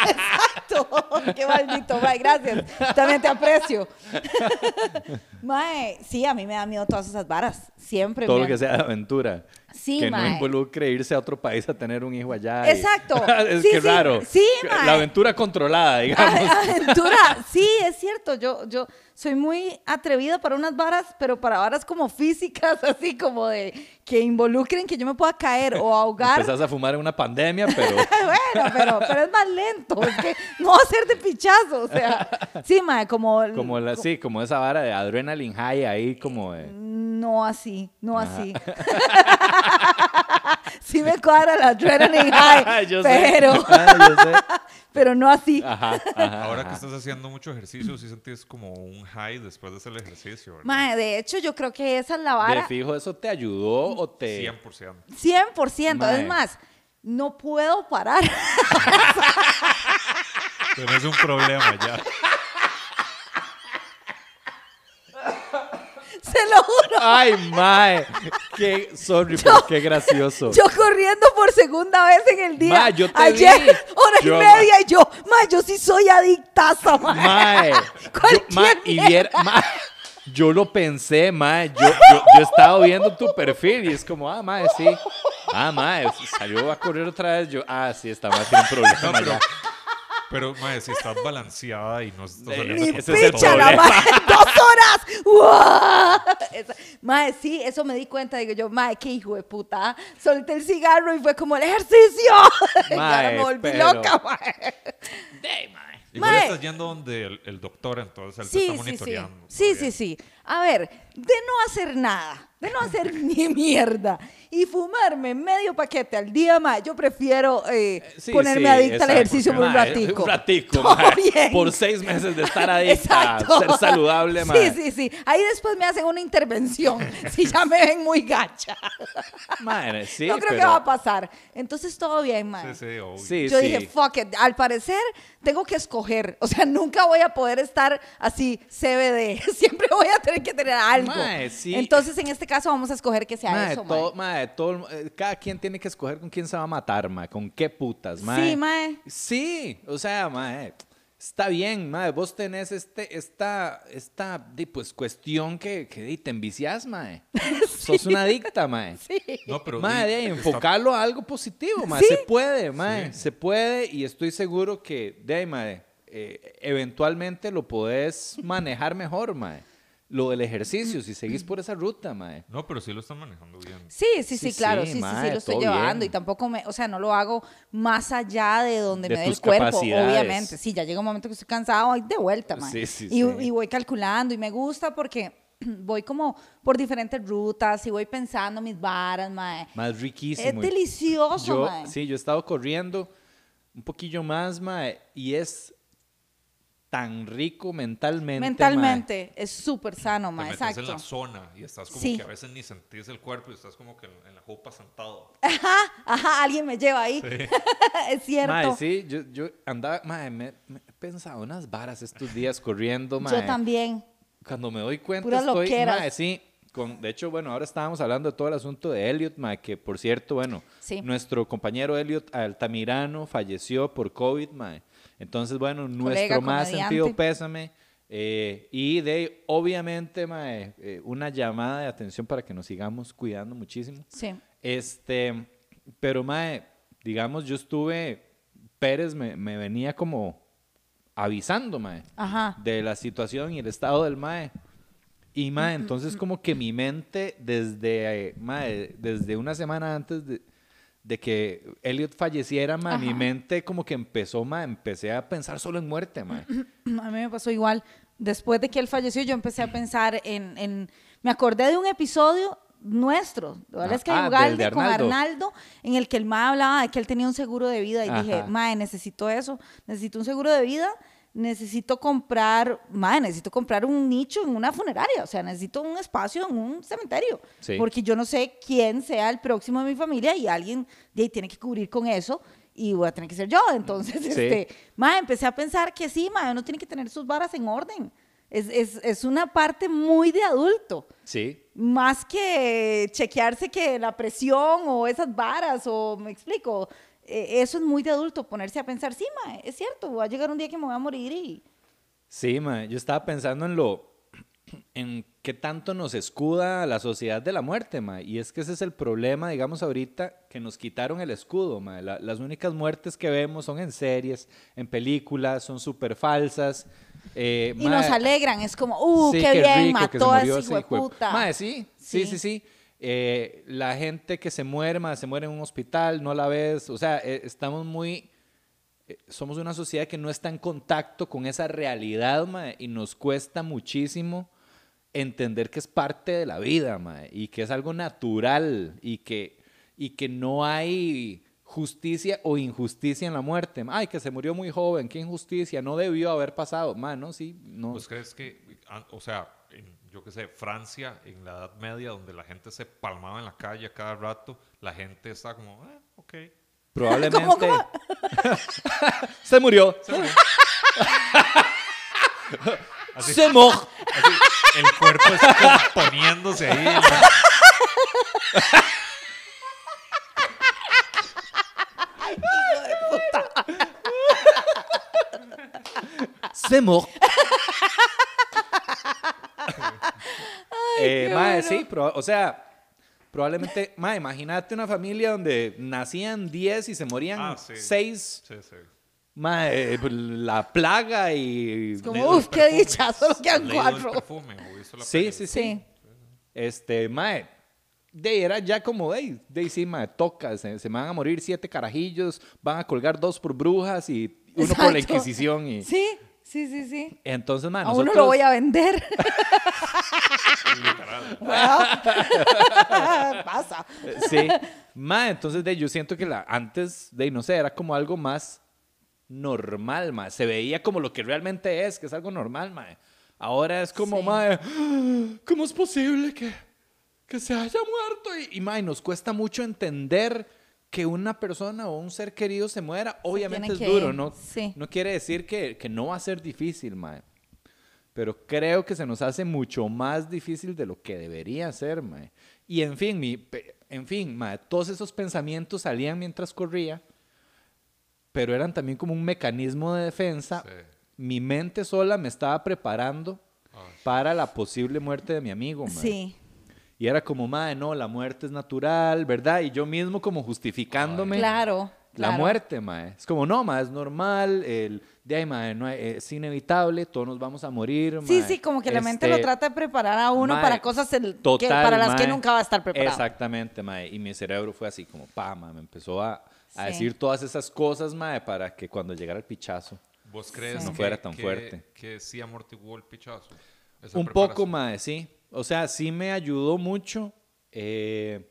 [SPEAKER 2] Exacto. Qué maldito, mae, gracias. También te aprecio. mae, sí, a mí me da miedo todas esas varas. Siempre.
[SPEAKER 3] Todo
[SPEAKER 2] me
[SPEAKER 3] lo que
[SPEAKER 2] dan-
[SPEAKER 3] sea de aventura.
[SPEAKER 2] Sí,
[SPEAKER 3] que
[SPEAKER 2] mae.
[SPEAKER 3] no involucre irse a otro país a tener un hijo allá. y- Ah,
[SPEAKER 2] Exacto.
[SPEAKER 3] es
[SPEAKER 2] Sí,
[SPEAKER 3] que
[SPEAKER 2] sí.
[SPEAKER 3] raro.
[SPEAKER 2] Sí, mae.
[SPEAKER 3] La aventura controlada, digamos.
[SPEAKER 2] A- Aventura, sí, es cierto. Yo, yo soy muy atrevida para unas varas, pero para varas como físicas, así como de que involucren que yo me pueda caer o ahogar.
[SPEAKER 3] Empezás a fumar en una pandemia, pero
[SPEAKER 2] bueno, pero, pero es más lento. Es que no va a ser de pichazo. O sea, sí, mae, como. el-
[SPEAKER 3] como la, sí, como esa vara de adrenaline high ahí, como de...
[SPEAKER 2] No así, no así. sí me cuadra la adrenaline high,
[SPEAKER 3] Yo sé.
[SPEAKER 2] pero,
[SPEAKER 3] Ah, yo sé.
[SPEAKER 2] pero no así.
[SPEAKER 3] Ajá, ajá,
[SPEAKER 4] Ahora
[SPEAKER 3] ajá.
[SPEAKER 4] que estás haciendo mucho ejercicio, sí sentís como un high después de hacer el ejercicio, ¿verdad?
[SPEAKER 2] Mae, de hecho, yo creo que esa es la
[SPEAKER 3] De
[SPEAKER 2] vara
[SPEAKER 3] fijo, ¿eso te ayudó o te...?
[SPEAKER 4] 100%.
[SPEAKER 2] 100%.
[SPEAKER 3] Mae.
[SPEAKER 2] Es más, no puedo parar.
[SPEAKER 4] Tenés un problema ya.
[SPEAKER 2] Se lo juro.
[SPEAKER 3] ¡Ay, mae! ¡Qué sorry, pero qué gracioso!
[SPEAKER 2] Yo corriendo por segunda vez en el día.
[SPEAKER 3] Ma, yo te
[SPEAKER 2] Ayer,
[SPEAKER 3] vi.
[SPEAKER 2] hora y
[SPEAKER 3] Yo,
[SPEAKER 2] media, y yo, ma, yo sí soy adictaza, ma.
[SPEAKER 3] Mae.
[SPEAKER 2] Cualquier
[SPEAKER 3] eh, yo, mae, y
[SPEAKER 2] mierda.
[SPEAKER 3] viera- mae, yo lo pensé, mae. Yo, yo, yo estaba viendo tu perfil y es como, ah, mae, sí. Ah, mae, salió a correr otra vez. Yo, ah, sí, está más sin problema.
[SPEAKER 4] No,
[SPEAKER 3] ya.
[SPEAKER 4] pero, pero mae, si estás balanceada y no estás
[SPEAKER 3] Eh,
[SPEAKER 4] saliendo
[SPEAKER 2] Mi
[SPEAKER 4] con
[SPEAKER 3] Ese es el
[SPEAKER 2] picha, la
[SPEAKER 4] todo,
[SPEAKER 3] problema.
[SPEAKER 2] madre, dos horas. ¡Guau! Esa- Mae, sí, eso me di cuenta. Digo yo, mae, qué hijo de puta. ¿ah? Solté el cigarro y fue como el ejercicio. Y ahora
[SPEAKER 3] Mae,
[SPEAKER 2] me volví
[SPEAKER 3] eh, pero-
[SPEAKER 2] loca, eh. mae.
[SPEAKER 4] Igual
[SPEAKER 2] Mae.
[SPEAKER 4] estás yendo donde el, el doctor, entonces él te
[SPEAKER 2] Sí,
[SPEAKER 4] está
[SPEAKER 2] sí, sí.
[SPEAKER 4] monitoreando.
[SPEAKER 2] Sí, sí, sí. A ver, de no hacer nada, de no hacer ni mierda y fumarme medio paquete al día, más yo prefiero eh,
[SPEAKER 3] Sí,
[SPEAKER 2] ponerme
[SPEAKER 3] sí,
[SPEAKER 2] adicta al
[SPEAKER 3] exacto,
[SPEAKER 2] ejercicio por un
[SPEAKER 3] mae,
[SPEAKER 2] ratico.
[SPEAKER 3] Un ratico,
[SPEAKER 2] Todo
[SPEAKER 3] mae,
[SPEAKER 2] bien.
[SPEAKER 3] Por seis meses de estar adicta, ser saludable,
[SPEAKER 2] Sí,
[SPEAKER 3] mae.
[SPEAKER 2] sí, sí. Ahí después me hacen una intervención si ya me ven muy gacha.
[SPEAKER 3] Mae, sí,
[SPEAKER 2] no creo que
[SPEAKER 3] pero-
[SPEAKER 2] va a pasar. Entonces todo bien, man.
[SPEAKER 4] Sí, sí, obvio.
[SPEAKER 3] Sí,
[SPEAKER 2] Yo
[SPEAKER 3] sí.
[SPEAKER 2] dije, fuck it, al parecer tengo que escoger. O sea, nunca voy a poder estar así CBD. Siempre voy a tener que tener algo.
[SPEAKER 3] Mae, sí.
[SPEAKER 2] Entonces, en este caso, vamos a escoger que sea
[SPEAKER 3] Mae,
[SPEAKER 2] eso, mae.
[SPEAKER 3] todo- mae, todo el mu- eh, cada quien tiene que escoger con quién se va a matar, mae, con qué putas, mae.
[SPEAKER 2] Sí, mae.
[SPEAKER 3] Sí, o sea, mae, está bien, mae, vos tenés este, esta, esta, di, pues, cuestión que, que di, te enviciás, mae. Sos una adicta, mae.
[SPEAKER 4] No, pero
[SPEAKER 3] Mae,
[SPEAKER 4] di-
[SPEAKER 3] de ahí,
[SPEAKER 4] está-
[SPEAKER 3] enfocarlo a algo positivo, mae.
[SPEAKER 2] Sí.
[SPEAKER 3] Se puede, mae.
[SPEAKER 4] Sí.
[SPEAKER 3] Se puede y estoy seguro que, de ahí, mae, eh, eventualmente lo podés manejar mejor, mae. Lo del ejercicio, si seguís por esa ruta, eh. mae.
[SPEAKER 4] No, pero sí lo están manejando bien.
[SPEAKER 2] Sí, sí, sí,
[SPEAKER 3] Sí,
[SPEAKER 2] claro,
[SPEAKER 3] sí,
[SPEAKER 2] sí, sí, sí,
[SPEAKER 3] mae,
[SPEAKER 2] lo estoy
[SPEAKER 3] todo
[SPEAKER 2] llevando
[SPEAKER 3] bien.
[SPEAKER 2] y tampoco me, o sea, no lo hago más allá de donde
[SPEAKER 3] De
[SPEAKER 2] me dé el
[SPEAKER 3] tus
[SPEAKER 2] cuerpo,
[SPEAKER 3] capacidades.
[SPEAKER 2] obviamente. Sí, ya llega un momento que estoy cansado, ay, de vuelta, mae.
[SPEAKER 3] Sí, sí,
[SPEAKER 2] y,
[SPEAKER 3] sí.
[SPEAKER 2] y voy calculando y me gusta porque voy como por diferentes rutas y voy pensando mis varas, mae.
[SPEAKER 3] Más riquísimo.
[SPEAKER 2] Es
[SPEAKER 3] y-
[SPEAKER 2] delicioso,
[SPEAKER 3] yo,
[SPEAKER 2] mae.
[SPEAKER 3] Sí, yo he estado corriendo un poquillo más, mae, y es tan rico mentalmente. mae.
[SPEAKER 2] Mentalmente es súper sano,
[SPEAKER 4] Te
[SPEAKER 2] mae,
[SPEAKER 4] metes
[SPEAKER 2] exacto.
[SPEAKER 4] en la zona y estás como
[SPEAKER 2] Sí.
[SPEAKER 4] que a veces ni sentís el cuerpo y estás como que en, en la jupa sentado.
[SPEAKER 2] Ajá, ajá, alguien me lleva ahí. es cierto.
[SPEAKER 3] Mae, sí, yo, yo andaba, mae, me, me he pensado unas varas estos días corriendo, mae.
[SPEAKER 2] Yo también.
[SPEAKER 3] Cuando me doy cuenta
[SPEAKER 2] Puras
[SPEAKER 3] estoy,
[SPEAKER 2] loqueras.
[SPEAKER 3] mae, sí. Con, de hecho, bueno, ahora estábamos hablando de todo el asunto de Elliot, mae, que por cierto, bueno,
[SPEAKER 2] Sí.
[SPEAKER 3] nuestro compañero Elliot Altamirano falleció por COVID, mae. Entonces, bueno, nuestro más
[SPEAKER 2] comediante.
[SPEAKER 3] sentido pésame. eh, y de, obviamente, mae, eh, una llamada de atención para que nos sigamos cuidando muchísimo.
[SPEAKER 2] Sí.
[SPEAKER 3] Este, pero mae, digamos, yo estuve, Pérez me, me venía como avisando, mae,
[SPEAKER 2] Ajá.
[SPEAKER 3] de la situación y el estado del mae. Y mae, entonces como que mi mente desde, eh, mae, desde una semana antes de, de que Elliot falleciera, mae, mi
[SPEAKER 2] Ajá.
[SPEAKER 3] mente como que empezó, mae, empecé a pensar solo en muerte, mae.
[SPEAKER 2] A mí me pasó igual. Después de que él falleció, yo empecé a pensar en... en- me acordé de un episodio nuestro, ¿verdad?
[SPEAKER 3] Ah,
[SPEAKER 2] es que
[SPEAKER 3] ah, del
[SPEAKER 2] Ugalde
[SPEAKER 3] de
[SPEAKER 2] con
[SPEAKER 3] Arnaldo.
[SPEAKER 2] Arnaldo, en el que el MAE hablaba de que él tenía un seguro de vida y
[SPEAKER 3] Ajá.
[SPEAKER 2] dije, MAE, necesito eso, necesito un seguro de vida, necesito comprar, MAE, necesito comprar un nicho en una funeraria, o sea, necesito un espacio en un cementerio,
[SPEAKER 3] Sí.
[SPEAKER 2] porque yo no sé quién sea el próximo de mi familia y alguien de ahí tiene que cubrir con eso y voy a tener que ser yo, entonces, este, Mae, empecé a pensar que sí, mae, uno tiene que tener sus varas en orden. Es, es, es una parte muy de adulto.
[SPEAKER 3] Sí.
[SPEAKER 2] Más que chequearse que la presión o esas varas, o me explico. Eh, eso es muy de adulto, ponerse a pensar, sí, mae, es cierto, va a llegar un día que me voy a morir y.
[SPEAKER 3] Sí, mae, yo estaba pensando en lo en qué tanto nos escuda la sociedad de la muerte, mae, y es que ese es el problema, digamos ahorita que nos quitaron el escudo, mae. La- las únicas muertes que vemos son en series, en películas, son súper falsas. eh,
[SPEAKER 2] Y
[SPEAKER 3] mae,
[SPEAKER 2] nos alegran, es como, uh,
[SPEAKER 3] sí,
[SPEAKER 2] qué, bien,
[SPEAKER 3] rico que se
[SPEAKER 2] mató a
[SPEAKER 3] murió
[SPEAKER 2] ese
[SPEAKER 3] ese hijo de-
[SPEAKER 2] puta.
[SPEAKER 3] Mae, sí, sí, sí,
[SPEAKER 2] Sí.
[SPEAKER 3] sí. Eh, la gente que se muere, mae, se muere en un hospital, no la ves. O sea, eh, estamos muy... eh, somos una sociedad que no está en contacto con esa realidad, mae, y nos cuesta muchísimo entender que es parte de la vida, mae, y que es algo natural, y que, y que no hay justicia o injusticia en la muerte. Ay, que se murió muy joven, qué injusticia, no debió haber pasado. Mae, no, sí, no.
[SPEAKER 4] ¿Vos crees que, an- o sea, en, yo qué sé, Francia, en la Edad Media, donde la gente se palmaba en la calle a cada rato, la gente está como, ah, ok.
[SPEAKER 3] Probablemente.
[SPEAKER 2] ¿Cómo, cómo?
[SPEAKER 3] Se murió.
[SPEAKER 4] Se murió. Así.
[SPEAKER 3] Se moj.
[SPEAKER 4] Así, el cuerpo está componiéndose ahí. ¿no?
[SPEAKER 3] Se moj. Eh,
[SPEAKER 2] qué
[SPEAKER 3] mae,
[SPEAKER 2] bueno.
[SPEAKER 3] sí, proba- o sea, probablemente, mae, imagínate una familia donde nacían 10 y se morían
[SPEAKER 4] Ah, sí.
[SPEAKER 3] 6,
[SPEAKER 4] Sí, sí.
[SPEAKER 3] mae, la plaga y...
[SPEAKER 2] Como,
[SPEAKER 4] Leído el
[SPEAKER 2] "Uf, qué
[SPEAKER 4] perfume".
[SPEAKER 2] dicha, solo quedan
[SPEAKER 4] Leído el
[SPEAKER 2] cuatro.
[SPEAKER 4] perfume, o hizo la
[SPEAKER 3] Sí,
[SPEAKER 4] peli.
[SPEAKER 3] sí, sí,
[SPEAKER 2] Sí.
[SPEAKER 3] Este, mae, de ahí era ya como, de, de ahí sí, mae, toca, se, se me van a morir siete carajillos, van a colgar dos por brujas y uno por la
[SPEAKER 2] Exacto.
[SPEAKER 3] Inquisición y...
[SPEAKER 2] Sí, Sí, sí, sí.
[SPEAKER 3] Entonces, man,
[SPEAKER 2] A uno lo voy a vender. Bueno, Pasa.
[SPEAKER 3] Sí. Ma, entonces de, yo siento que la, antes de, no sé, era como algo más normal, ma. Se veía como lo que realmente es, que es algo normal, ma. Ahora es como,
[SPEAKER 2] Sí.
[SPEAKER 3] ma, "Ah, ¿cómo es posible que, que se haya muerto? Y, y, ma, y nos cuesta mucho entender que una persona o un ser querido se muera. Obviamente es
[SPEAKER 2] tiene que
[SPEAKER 3] duro,
[SPEAKER 2] ir,
[SPEAKER 3] ¿no?
[SPEAKER 2] sí.
[SPEAKER 3] No quiere decir que, que no va a ser difícil, ma. Pero creo que se nos hace mucho más difícil de lo que debería ser, mae. Y en fin, mi, pe- en fin, mae, todos esos pensamientos salían mientras corría, pero eran también como un mecanismo de defensa.
[SPEAKER 4] Sí.
[SPEAKER 3] Mi mente sola me estaba preparando
[SPEAKER 4] Ay.
[SPEAKER 3] para la posible muerte de mi amigo, mae.
[SPEAKER 2] Sí.
[SPEAKER 3] Y era como, mae, no, la muerte es natural, ¿verdad? Y yo mismo como justificándome.
[SPEAKER 2] Claro.
[SPEAKER 3] La
[SPEAKER 2] claro.
[SPEAKER 3] muerte, mae. Es como, no, mae, es normal, el, de ahí, mae, no hay- es inevitable, todos nos vamos a morir, mae.
[SPEAKER 2] Sí, sí, como que la mente lo
[SPEAKER 3] Este,
[SPEAKER 2] trata de preparar a uno
[SPEAKER 3] mae,
[SPEAKER 2] para cosas el- que-
[SPEAKER 3] total,
[SPEAKER 2] para las que
[SPEAKER 3] mae.
[SPEAKER 2] nunca va a estar preparado.
[SPEAKER 3] Exactamente, mae. Y mi cerebro fue así como, pa, mae, me empezó a, a
[SPEAKER 2] Sí.
[SPEAKER 3] decir todas esas cosas, mae, para que cuando llegara el pichazo.
[SPEAKER 4] ¿Vos crees
[SPEAKER 2] Sí.
[SPEAKER 4] que
[SPEAKER 2] No
[SPEAKER 3] fuera tan
[SPEAKER 4] que-
[SPEAKER 3] fuerte.
[SPEAKER 4] Que sí amortiguó el pichazo. Esa
[SPEAKER 3] Un poco,
[SPEAKER 4] preparación.
[SPEAKER 3] mae, sí. O sea, sí me ayudó mucho eh,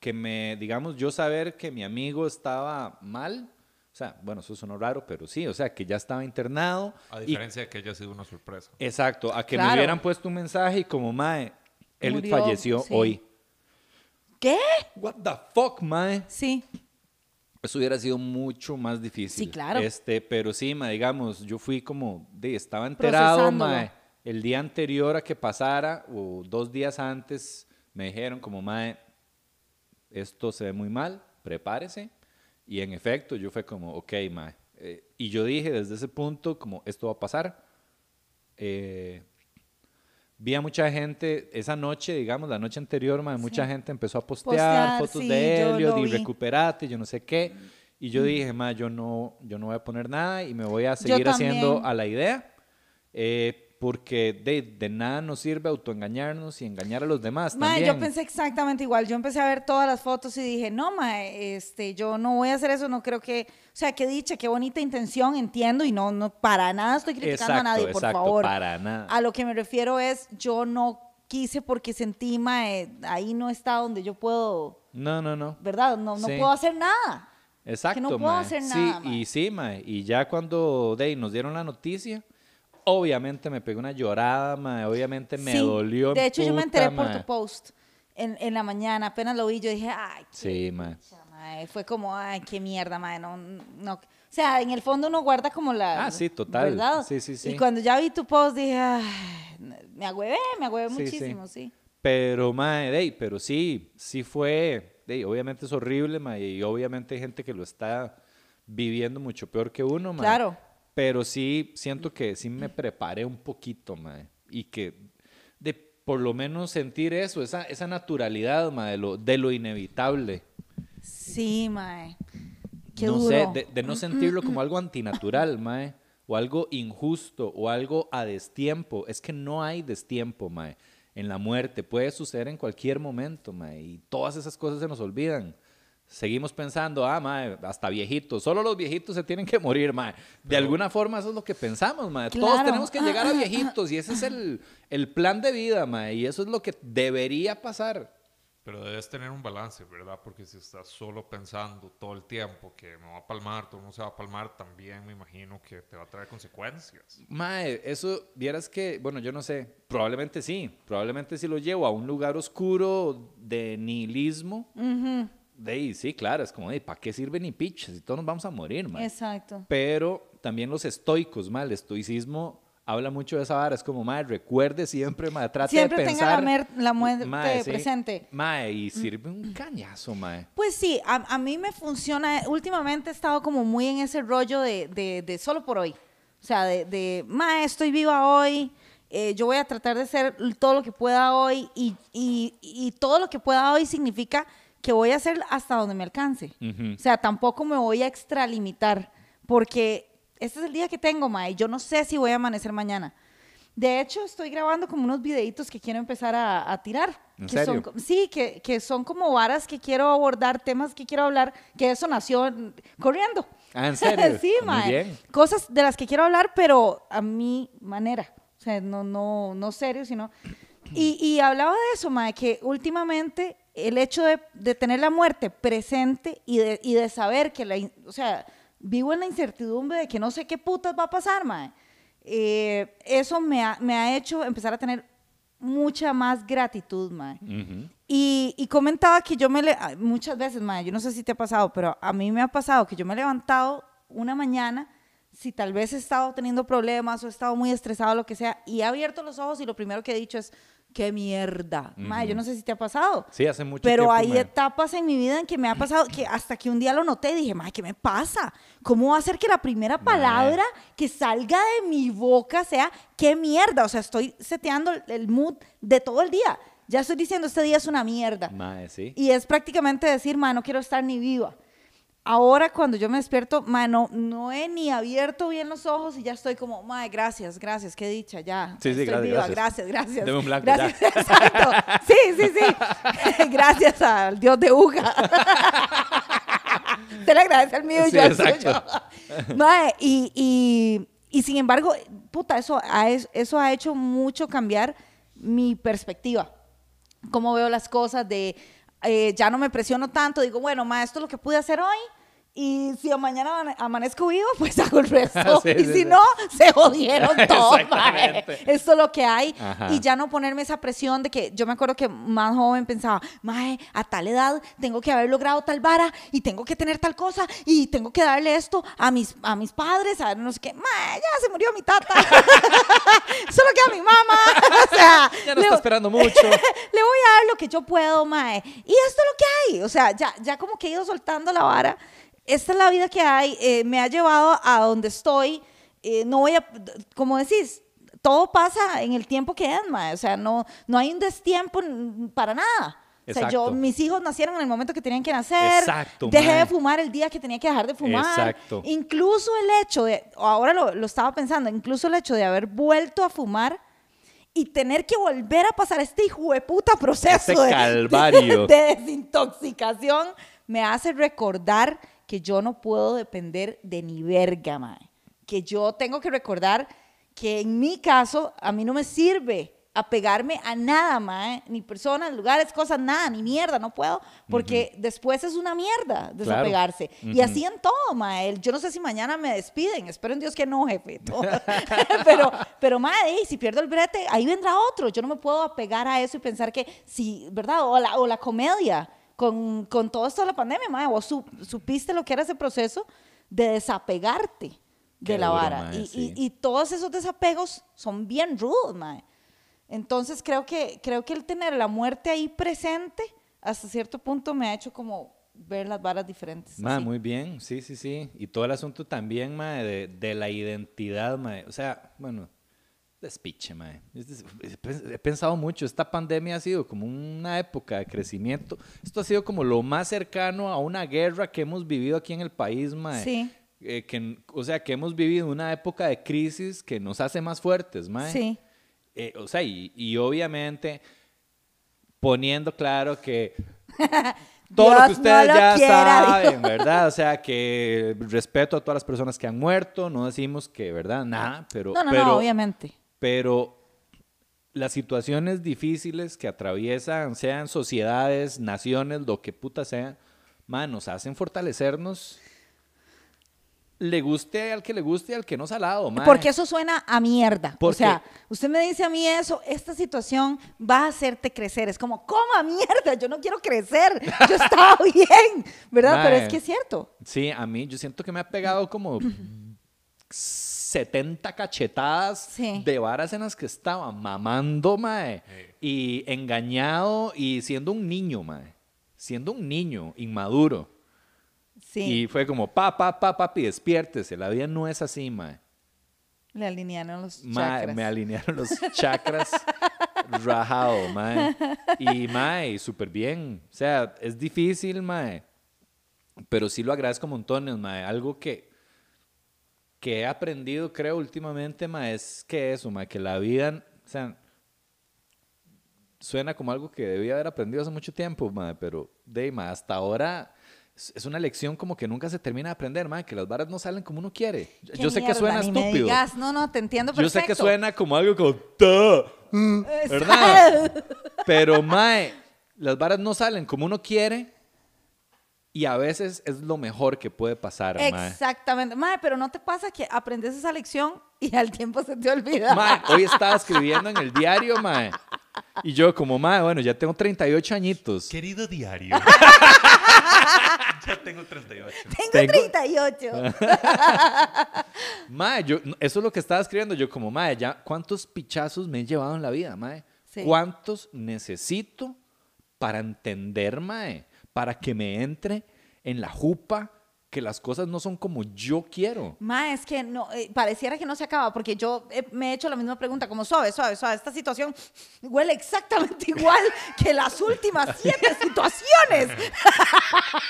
[SPEAKER 3] que me, digamos, yo saber que mi amigo estaba mal. O sea, bueno, eso sonó raro, pero sí, o sea, que ya estaba internado.
[SPEAKER 4] A
[SPEAKER 3] y
[SPEAKER 4] diferencia de que haya sido una sorpresa.
[SPEAKER 3] Exacto, a que me
[SPEAKER 2] Claro.
[SPEAKER 3] hubieran puesto un mensaje y como, mae, él
[SPEAKER 2] Murió,
[SPEAKER 3] falleció
[SPEAKER 2] sí.
[SPEAKER 3] hoy.
[SPEAKER 2] ¿Qué?
[SPEAKER 3] What the fuck, mae.
[SPEAKER 2] Sí.
[SPEAKER 3] Eso hubiera sido mucho más difícil.
[SPEAKER 2] Sí, claro.
[SPEAKER 3] Este, pero sí, mae, digamos, yo fui como, de, estaba enterado,
[SPEAKER 2] Procesándolo.
[SPEAKER 3] mae, el día anterior a que pasara o dos días antes me dijeron como, mae, esto se ve muy mal, prepárese. Y en efecto, yo fue como, ok, mae. Eh, y yo dije desde ese punto, como, esto va a pasar. Eh, vi a mucha gente, esa noche, digamos, la noche anterior, mae, mucha gente empezó a postear,
[SPEAKER 2] Postear,
[SPEAKER 3] fotos
[SPEAKER 2] sí,
[SPEAKER 3] de
[SPEAKER 2] yo
[SPEAKER 3] Elliot
[SPEAKER 2] lo
[SPEAKER 3] y
[SPEAKER 2] vi.
[SPEAKER 3] recuperate, yo no sé qué. Y
[SPEAKER 2] Mm.
[SPEAKER 3] yo dije, mae, yo no, yo no voy a poner nada y me voy a seguir haciendo
[SPEAKER 2] también.
[SPEAKER 3] a la idea. eh, porque de, de nada nos sirve autoengañarnos y engañar a los demás.
[SPEAKER 2] Mae,
[SPEAKER 3] también.
[SPEAKER 2] yo pensé exactamente igual. Yo empecé a ver todas las fotos y dije, no, mae, este, yo no voy a hacer eso, no creo que, o sea, qué dicha, qué bonita intención, entiendo, y no, no, para nada estoy criticando a
[SPEAKER 3] Exacto,
[SPEAKER 2] nadie, por
[SPEAKER 3] exacto,
[SPEAKER 2] favor.
[SPEAKER 3] para nada.
[SPEAKER 2] A lo que me refiero es, yo no quise porque sentí, mae, ahí no está donde yo puedo,
[SPEAKER 3] No, no, no.
[SPEAKER 2] ¿verdad? No, no
[SPEAKER 3] Sí.
[SPEAKER 2] puedo hacer nada.
[SPEAKER 3] Exacto,
[SPEAKER 2] puedo
[SPEAKER 3] mae.
[SPEAKER 2] hacer
[SPEAKER 3] Sí,
[SPEAKER 2] nada, mae.
[SPEAKER 3] Y sí, mae. Y ya cuando de, ahí nos dieron la noticia, obviamente me pegué una llorada, mae. Obviamente me
[SPEAKER 2] Sí.
[SPEAKER 3] dolió. en
[SPEAKER 2] De hecho, yo
[SPEAKER 3] puta,
[SPEAKER 2] me enteré por
[SPEAKER 3] mae.
[SPEAKER 2] tu post en, en la mañana, apenas lo vi, yo dije, ay, qué
[SPEAKER 3] Sí, mae.
[SPEAKER 2] dicha, mae". Fue como, ay, qué mierda, mae, no, no. O sea, en el fondo uno guarda como la.
[SPEAKER 3] Ah, sí, total.
[SPEAKER 2] ¿verdad?
[SPEAKER 3] Sí, sí, sí.
[SPEAKER 2] Y cuando ya vi tu post dije, ay, me agüevé, me agüevé
[SPEAKER 3] Sí, sí.
[SPEAKER 2] muchísimo, sí.
[SPEAKER 3] Pero, mae, de, ahí, pero sí, sí fue. De, ahí, obviamente es horrible, mae. Y obviamente hay gente que lo está viviendo mucho peor que uno, mae.
[SPEAKER 2] Claro.
[SPEAKER 3] Pero sí siento que sí me preparé un poquito, mae. Y que de por lo menos sentir eso, esa, esa naturalidad, mae, de lo, de lo inevitable.
[SPEAKER 2] Sí, mae. Qué
[SPEAKER 3] no
[SPEAKER 2] duro. Mm,
[SPEAKER 3] sé, de, de no sentirlo como algo antinatural, mae, o algo injusto, o algo a destiempo. Es que no hay destiempo, mae, en la muerte. Puede suceder en cualquier momento, mae, y todas esas cosas se nos olvidan. Seguimos pensando, ah, mae, hasta viejitos, solo los viejitos se tienen que morir, mae. De alguna forma eso es lo que pensamos, mae. Todos
[SPEAKER 2] Claro. Ah,
[SPEAKER 3] tenemos que llegar a viejitos y ese es el, el plan de vida, mae, y eso es lo que debería pasar.
[SPEAKER 4] Pero debes tener un balance, ¿verdad? Porque si estás solo pensando todo el tiempo que me va a palmar, todo el mundo se va a palmar, también me imagino que te va a traer consecuencias.
[SPEAKER 3] Mae, eso, vieras que, bueno, yo no sé, probablemente sí, probablemente si lo llevo a un lugar oscuro de nihilismo, de ahí, sí, claro, es como, ¿para qué sirve ni piches? Si todos nos vamos a morir, mae.
[SPEAKER 2] Exacto.
[SPEAKER 3] Pero también los estoicos, mae, el estoicismo habla mucho de esa vara, es como, mae, recuerde siempre, mae, trate
[SPEAKER 2] Siempre
[SPEAKER 3] de
[SPEAKER 2] tenga
[SPEAKER 3] pensar.
[SPEAKER 2] la mer- la muerte
[SPEAKER 3] sí.
[SPEAKER 2] presente. Mm.
[SPEAKER 3] Mae, y sirve un cañazo, mae.
[SPEAKER 2] Pues sí, a, a mí me funciona. Últimamente he estado como muy en ese rollo de, de- de solo por hoy. O sea, de, de ma, estoy viva hoy. eh, yo voy a tratar de hacer todo lo que pueda hoy. Y, y- y todo lo que pueda hoy significa que voy a hacer hasta donde me alcance. O sea, tampoco me voy a extralimitar. Porque este es el día que tengo, ma. Y yo no sé si voy a amanecer mañana. De hecho, estoy grabando como unos videitos que quiero empezar a, a tirar.
[SPEAKER 3] ¿En
[SPEAKER 2] que
[SPEAKER 3] serio?
[SPEAKER 2] Son, co- sí, que, que son como varas que quiero abordar, temas que quiero hablar, que eso nació en- corriendo.
[SPEAKER 3] Ah, ¿en serio?
[SPEAKER 2] sí,
[SPEAKER 3] Muy
[SPEAKER 2] mae.
[SPEAKER 3] bien.
[SPEAKER 2] Cosas de las que quiero hablar, pero a mi manera. O sea, no, no, no serio, sino... Y, y hablaba de eso, mae, que últimamente el hecho de, de tener la muerte presente y de, y de saber que la... in- O sea, vivo en la incertidumbre de que no sé qué putas va a pasar, mae. Eh, eso me ha, me ha hecho empezar a tener mucha más gratitud, mae. Y, y comentaba que yo me... le- ah, Muchas veces, mae, yo no sé si te ha pasado, pero a mí me ha pasado que yo me he levantado una mañana, si tal vez he estado teniendo problemas o he estado muy estresado, lo que sea, y he abierto los ojos y lo primero que he dicho es, qué mierda. Mae, yo no sé si te ha pasado.
[SPEAKER 3] Sí, hace mucho
[SPEAKER 2] Pero
[SPEAKER 3] tiempo,
[SPEAKER 2] hay
[SPEAKER 3] mae.
[SPEAKER 2] etapas en mi vida en que me ha pasado que hasta que un día lo noté dije, madre, ¿qué me pasa? ¿Cómo va a ser que la primera palabra que salga de mi boca sea qué mierda? O sea, estoy seteando el- el mood de todo el día. Ya estoy diciendo, este día es una mierda.
[SPEAKER 3] Mae, sí.
[SPEAKER 2] Y es prácticamente decir, ma, no quiero estar ni viva. Ahora cuando yo me despierto, ma, no, no he ni abierto bien los ojos y ya estoy como, ma, gracias, gracias, qué dicha, ya.
[SPEAKER 3] Sí, sí,
[SPEAKER 2] estoy
[SPEAKER 3] gracias,
[SPEAKER 2] viva,
[SPEAKER 3] gracias.
[SPEAKER 2] gracias, gracias.
[SPEAKER 3] Deme un blanco,
[SPEAKER 2] gracias, Exacto. Sí, sí, sí. gracias al Dios de Uga. Te le agradece al mío y
[SPEAKER 3] Sí,
[SPEAKER 2] yo al suyo.
[SPEAKER 3] exacto.
[SPEAKER 2] Mae, y, y- y sin embargo, puta, eso ha, eso ha hecho mucho cambiar mi perspectiva. Cómo veo las cosas, de eh, ya no me presiono tanto, digo, bueno, ma, esto es lo que pude hacer hoy. Y si mañana amane- amanezco vivo, pues hago el resto.
[SPEAKER 3] Sí,
[SPEAKER 2] y
[SPEAKER 3] sí,
[SPEAKER 2] si
[SPEAKER 3] sí.
[SPEAKER 2] no, se jodieron todos. mae.
[SPEAKER 3] Exactamente.
[SPEAKER 2] Esto es lo que hay.
[SPEAKER 3] Ajá.
[SPEAKER 2] Y ya no ponerme esa presión de que yo me acuerdo que más joven pensaba, mae, a tal edad tengo que haber logrado tal vara y tengo que tener tal cosa y tengo que darle esto a mis, a mis padres, a no sé qué. Mae, ya se murió mi tata. Solo queda mi mamá. o sea,
[SPEAKER 3] Ya no
[SPEAKER 2] le-
[SPEAKER 3] está esperando mucho.
[SPEAKER 2] le voy a dar lo que yo puedo, mae. Y esto es lo que hay. O sea, ya, ya como que he ido soltando la vara. Esta es la vida que hay. eh, me ha llevado a donde estoy. eh, no voy a, como decís, todo pasa en el tiempo que es, mae. O sea, no, no hay un destiempo n- para nada. O sea, yo,
[SPEAKER 3] Exacto.
[SPEAKER 2] mis hijos nacieron en el momento que tenían que nacer.
[SPEAKER 3] Exacto,
[SPEAKER 2] Dejé
[SPEAKER 3] mae.
[SPEAKER 2] de fumar el día que tenía que dejar de fumar.
[SPEAKER 3] Exacto.
[SPEAKER 2] Incluso el hecho de, ahora lo, lo estaba pensando, incluso el hecho de haber vuelto a fumar y tener que volver a pasar este hijo de puta proceso
[SPEAKER 3] Ese
[SPEAKER 2] de,
[SPEAKER 3] calvario.
[SPEAKER 2] de- de desintoxicación me hace recordar que yo no puedo depender de ni verga, mae. Que yo tengo que recordar que en mi caso a mí no me sirve apegarme a nada, mae, ni personas, lugares, cosas, nada, ni mierda, no puedo, porque después es una mierda desapegarse. este. Y así en todo, mae. El- Yo no sé si mañana me despiden, espero en Dios que no, jefe. No. pero, pero mae, y si pierdo el brete, ahí vendrá otro. Yo no me puedo apegar a eso y pensar que, si, ¿verdad? O la, o la comedia, con, con todo esto de la pandemia, mae, vos su- supiste lo que era ese proceso de desapegarte de
[SPEAKER 3] Qué
[SPEAKER 2] la
[SPEAKER 3] duro,
[SPEAKER 2] vara.
[SPEAKER 3] mae,
[SPEAKER 2] y, y-
[SPEAKER 3] sí.
[SPEAKER 2] y todos esos desapegos son bien rudos, mae. Entonces creo que, creo que el tener la muerte ahí presente hasta cierto punto me ha hecho como ver las varas diferentes.
[SPEAKER 3] Ma,
[SPEAKER 2] así.
[SPEAKER 3] muy bien, sí, sí, sí. Y todo el asunto también, ma, de, de la identidad, ma. O sea, bueno, despiche, ma. Es des- he pens- He pensado mucho, esta pandemia ha sido como una época de crecimiento. Esto ha sido como lo más cercano a una guerra que hemos vivido aquí en el país, ma.
[SPEAKER 2] Sí.
[SPEAKER 3] Eh, que, o sea, que hemos vivido una época de crisis que nos hace más fuertes, ma.
[SPEAKER 2] Sí.
[SPEAKER 3] Eh, o sea, y, y obviamente poniendo claro que todo lo que
[SPEAKER 2] Dios no
[SPEAKER 3] ustedes
[SPEAKER 2] lo
[SPEAKER 3] ya
[SPEAKER 2] quiera, dijo.
[SPEAKER 3] saben, ¿verdad? O sea, que respeto a todas las personas que han muerto, no decimos que, ¿verdad? Nada, pero,
[SPEAKER 2] No, no,
[SPEAKER 3] pero,
[SPEAKER 2] no, obviamente.
[SPEAKER 3] pero las situaciones difíciles que atraviesan, sean sociedades, naciones, lo que puta sea, man, nos hacen fortalecernos. Le guste al que le guste y al que no salado, man.
[SPEAKER 2] Porque eso suena a mierda. O
[SPEAKER 3] Porque-
[SPEAKER 2] sea, usted me dice a mí eso, esta situación va a hacerte crecer. Es como, ¿cómo a mierda? Yo no quiero crecer. Yo estaba bien, ¿verdad? Pero
[SPEAKER 3] Mae.
[SPEAKER 2] es que es cierto.
[SPEAKER 3] Sí, a mí yo siento que me ha pegado como 70 cachetadas
[SPEAKER 2] Sí.
[SPEAKER 3] de varas en las que estaba mamando, mae, y engañado y siendo un niño, mae. Siendo un niño inmaduro.
[SPEAKER 2] Sí,
[SPEAKER 3] Y fue como, pa, pa, pa, papi, despiértese, la vida no es así, mae.
[SPEAKER 2] le alinearon los
[SPEAKER 3] Ma-
[SPEAKER 2] chakras.
[SPEAKER 3] me alinearon los chakras rajado, mae. Y mae, súper bien. O sea, es difícil, mae. Pero sí lo agradezco montones, mae. Algo que que he aprendido, creo, últimamente, ma, es que eso, ma, que la vida, o sea, suena como algo que debía haber aprendido hace mucho tiempo, ma, pero, de, ma, hasta ahora es es una lección como que nunca se termina de aprender, ma, que las varas no salen como uno quiere. Yo
[SPEAKER 2] Qué
[SPEAKER 3] sé que
[SPEAKER 2] mierda,
[SPEAKER 3] suena
[SPEAKER 2] ni me
[SPEAKER 3] estúpido.
[SPEAKER 2] digas. No, no, te entiendo
[SPEAKER 3] Yo
[SPEAKER 2] perfecto.
[SPEAKER 3] sé que suena como algo como, "Ta, uh", ¿verdad? Pero, mae, las varas no salen como uno quiere y a veces es lo mejor que puede pasar, mae.
[SPEAKER 2] Exactamente. Mae, pero no te pasa que aprendes esa lección y al tiempo se te olvida.
[SPEAKER 3] Mae, hoy estaba escribiendo en el diario, mae. Y yo como, mae, bueno, ya tengo 38 añitos.
[SPEAKER 4] Querido diario. ya tengo 38.
[SPEAKER 3] Tengo-
[SPEAKER 2] Tengo, 38.
[SPEAKER 3] Mae, yo, eso es lo que estaba escribiendo. Yo como, mae, ya, ¿cuántos pichazos me he llevado en la vida, mae?
[SPEAKER 2] Sí.
[SPEAKER 3] ¿Cuántos necesito para entender, mae? Para que me entre en la jupa que las cosas no son como yo quiero.
[SPEAKER 2] Mae, es que no, eh, pareciera que no se acaba, porque yo eh, me he hecho la misma pregunta, como suave, suave, suave. Esta situación huele exactamente igual que las últimas siete situaciones.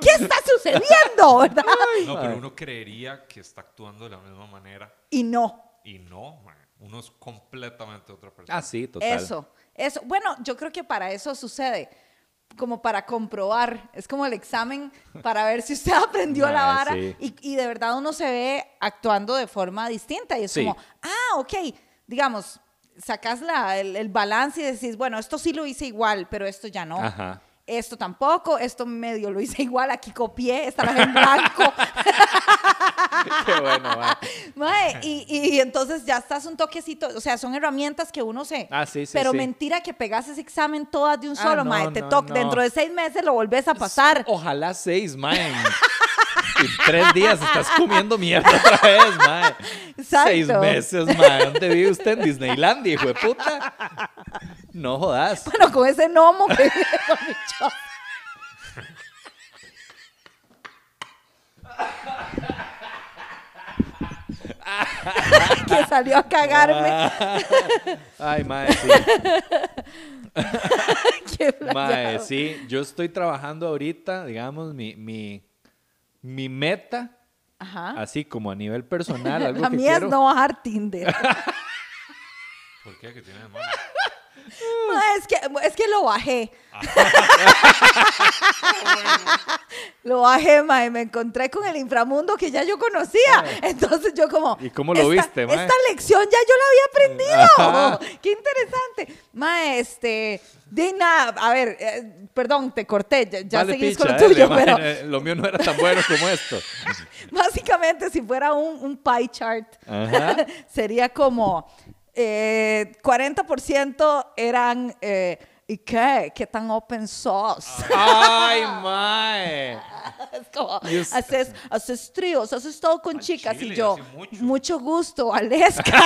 [SPEAKER 2] ¿Qué está sucediendo? ¿verdad?
[SPEAKER 4] No, pero uno creería que está actuando de la misma manera
[SPEAKER 2] Y no.
[SPEAKER 4] y no, man. uno es completamente otra persona.
[SPEAKER 3] Ah, sí, total.
[SPEAKER 2] Eso, eso. Bueno, yo creo que para eso sucede, como para comprobar. Es como el examen para ver si usted aprendió la
[SPEAKER 3] Mae,
[SPEAKER 2] vara
[SPEAKER 3] sí.
[SPEAKER 2] y, y de verdad uno se ve actuando de forma distinta y es
[SPEAKER 3] Sí.
[SPEAKER 2] como, ah, ok, digamos, sacas la, el, el balance y decís, bueno, esto sí lo hice igual, pero esto ya no.
[SPEAKER 3] Ajá.
[SPEAKER 2] Esto tampoco, esto medio lo hice igual, aquí copié, estaba en blanco.
[SPEAKER 3] Qué bueno, mae.
[SPEAKER 2] Mae, y, y entonces ya estás un toquecito, o sea, son herramientas que uno se...
[SPEAKER 3] Ah, sí, sí,
[SPEAKER 2] pero
[SPEAKER 3] sí.
[SPEAKER 2] mentira que pegas ese examen todas de un
[SPEAKER 3] Ah,
[SPEAKER 2] solo,
[SPEAKER 3] no,
[SPEAKER 2] mae, te
[SPEAKER 3] no,
[SPEAKER 2] toca,
[SPEAKER 3] no.
[SPEAKER 2] dentro de seis meses lo volvés a pasar.
[SPEAKER 3] Ojalá seis, mae. En tres días estás comiendo mierda otra vez, mae.
[SPEAKER 2] Exacto.
[SPEAKER 3] Seis meses, mae. ¿Dónde vive usted? En Disneylandia, hijo de puta. No jodas.
[SPEAKER 2] Bueno, con ese gnomo que vive con mi chavo. que salió a
[SPEAKER 3] Ah,
[SPEAKER 2] cagarme.
[SPEAKER 3] Ay, mae, sí.
[SPEAKER 2] Qué
[SPEAKER 3] Mae,
[SPEAKER 2] flayado.
[SPEAKER 3] sí. Yo estoy trabajando ahorita, digamos, mi, mi, mi meta,
[SPEAKER 2] Ajá.
[SPEAKER 3] así como a nivel personal, algo
[SPEAKER 2] Ah. La
[SPEAKER 3] que
[SPEAKER 2] mía
[SPEAKER 3] quiero.
[SPEAKER 2] es no bajar Tinder.
[SPEAKER 4] ¿Por qué? ¿Qué tiene de malo?
[SPEAKER 2] Ma, Ah, es, que, es que lo bajé.
[SPEAKER 3] Ah.
[SPEAKER 2] lo bajé, ma, y me encontré con el inframundo que ya yo conocía. Entonces yo como...
[SPEAKER 3] Eh. ¿Y cómo lo
[SPEAKER 2] "Esta-
[SPEAKER 3] viste, ma?"
[SPEAKER 2] Esta lección ya yo la había aprendido. Oh, ¡Qué interesante! Ma, este... De nada, a ver, eh, perdón, te corté, ya, ya
[SPEAKER 3] Vale,
[SPEAKER 2] seguís
[SPEAKER 3] picha,
[SPEAKER 2] con lo tuyo,
[SPEAKER 3] dale,
[SPEAKER 2] pero
[SPEAKER 3] mae, Lo mío no era tan bueno como esto.
[SPEAKER 2] básicamente si fuera un, un pie chart,
[SPEAKER 3] Ajá.
[SPEAKER 2] sería como eh, 40% eran eh, ¿y qué? ¿Qué tan open source?
[SPEAKER 3] Ay, mae.
[SPEAKER 2] es como
[SPEAKER 3] Dios.
[SPEAKER 2] haces, haces tríos, haces todo con
[SPEAKER 4] Al
[SPEAKER 2] chicas y
[SPEAKER 4] chile,
[SPEAKER 2] yo
[SPEAKER 4] hace mucho.
[SPEAKER 2] mucho. gusto, Aleska.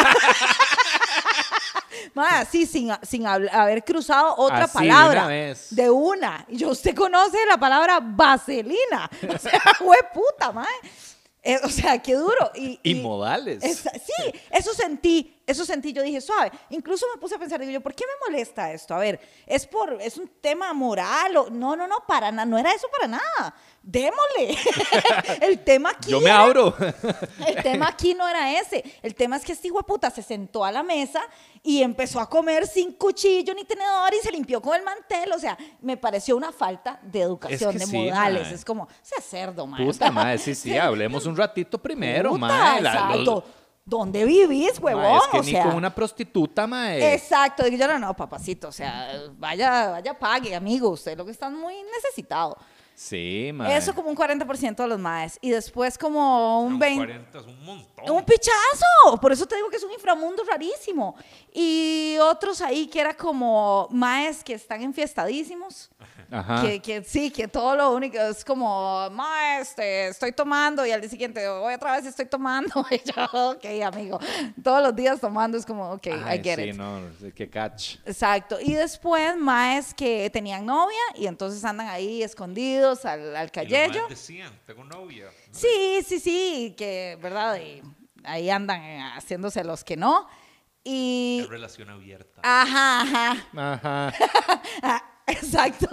[SPEAKER 2] Ma, así sin, sin hab- haber cruzado otra
[SPEAKER 3] Así, de una
[SPEAKER 2] palabra.
[SPEAKER 3] vez.
[SPEAKER 2] De una. Y yo, usted conoce la palabra vaselina. O sea, hueputa, mae. Eh, o sea, qué duro. Y,
[SPEAKER 3] Y modales.
[SPEAKER 2] Esa- sí, eso sentí, eso sentí. Yo dije, suave. Incluso me puse a pensar, digo yo, ¿por qué me molesta esto? A ver, es por, es un tema moral o no, no, no, para nada, no era eso para nada. Démosle. el tema aquí.
[SPEAKER 3] Yo me
[SPEAKER 2] era-
[SPEAKER 3] abro.
[SPEAKER 2] el tema aquí no era ese. El tema es que este hijo de puta se sentó a la mesa y empezó a comer sin cuchillo ni tenedor y se limpió con el mantel. O sea, me pareció una falta de educación,
[SPEAKER 3] que
[SPEAKER 2] de
[SPEAKER 3] sí,
[SPEAKER 2] modales.
[SPEAKER 3] mae.
[SPEAKER 2] Es como, sea cerdo, mae.
[SPEAKER 3] Puta madre, sí, sí, hablemos un ratito primero,
[SPEAKER 2] Puta,
[SPEAKER 3] madre. la- los-
[SPEAKER 2] exacto. ¿Dónde vivís,
[SPEAKER 3] mae,
[SPEAKER 2] huevón?
[SPEAKER 3] es que
[SPEAKER 2] o
[SPEAKER 3] ni
[SPEAKER 2] sea,
[SPEAKER 3] con una prostituta, madre.
[SPEAKER 2] Exacto. Digo yo, no, no, papacito. O sea, vaya, vaya, pague, amigo. Usted lo que están muy necesitado.
[SPEAKER 3] Sí, madre.
[SPEAKER 2] Eso como un 40% de los maes. Y después como un
[SPEAKER 4] Un
[SPEAKER 2] 20%.
[SPEAKER 4] 40 es un montón.
[SPEAKER 2] Un pichazo. Por eso te digo que es un inframundo rarísimo. Y otros ahí que era como maes que están enfiestadísimos.
[SPEAKER 3] Ajá.
[SPEAKER 2] Que, que sí, que todo lo único es como, ma, este, estoy tomando y al día siguiente, voy otra vez, estoy tomando. Y yo, ok, amigo, todos los días tomando es como, ok,
[SPEAKER 3] Ay,
[SPEAKER 2] I get
[SPEAKER 3] sí,
[SPEAKER 2] it.
[SPEAKER 3] no, sí, qué catch.
[SPEAKER 2] Exacto. Y después, maes que tenían novia y entonces andan ahí escondidos al, al
[SPEAKER 4] Y los maes
[SPEAKER 2] callello.
[SPEAKER 4] decían, tengo novia.
[SPEAKER 2] Sí, sí, sí, que, ¿verdad? Y ahí andan eh, haciéndose los que no. Y.
[SPEAKER 4] Es relación abierta.
[SPEAKER 2] Ajá, ajá.
[SPEAKER 3] Ajá.
[SPEAKER 2] Ah, Exacto.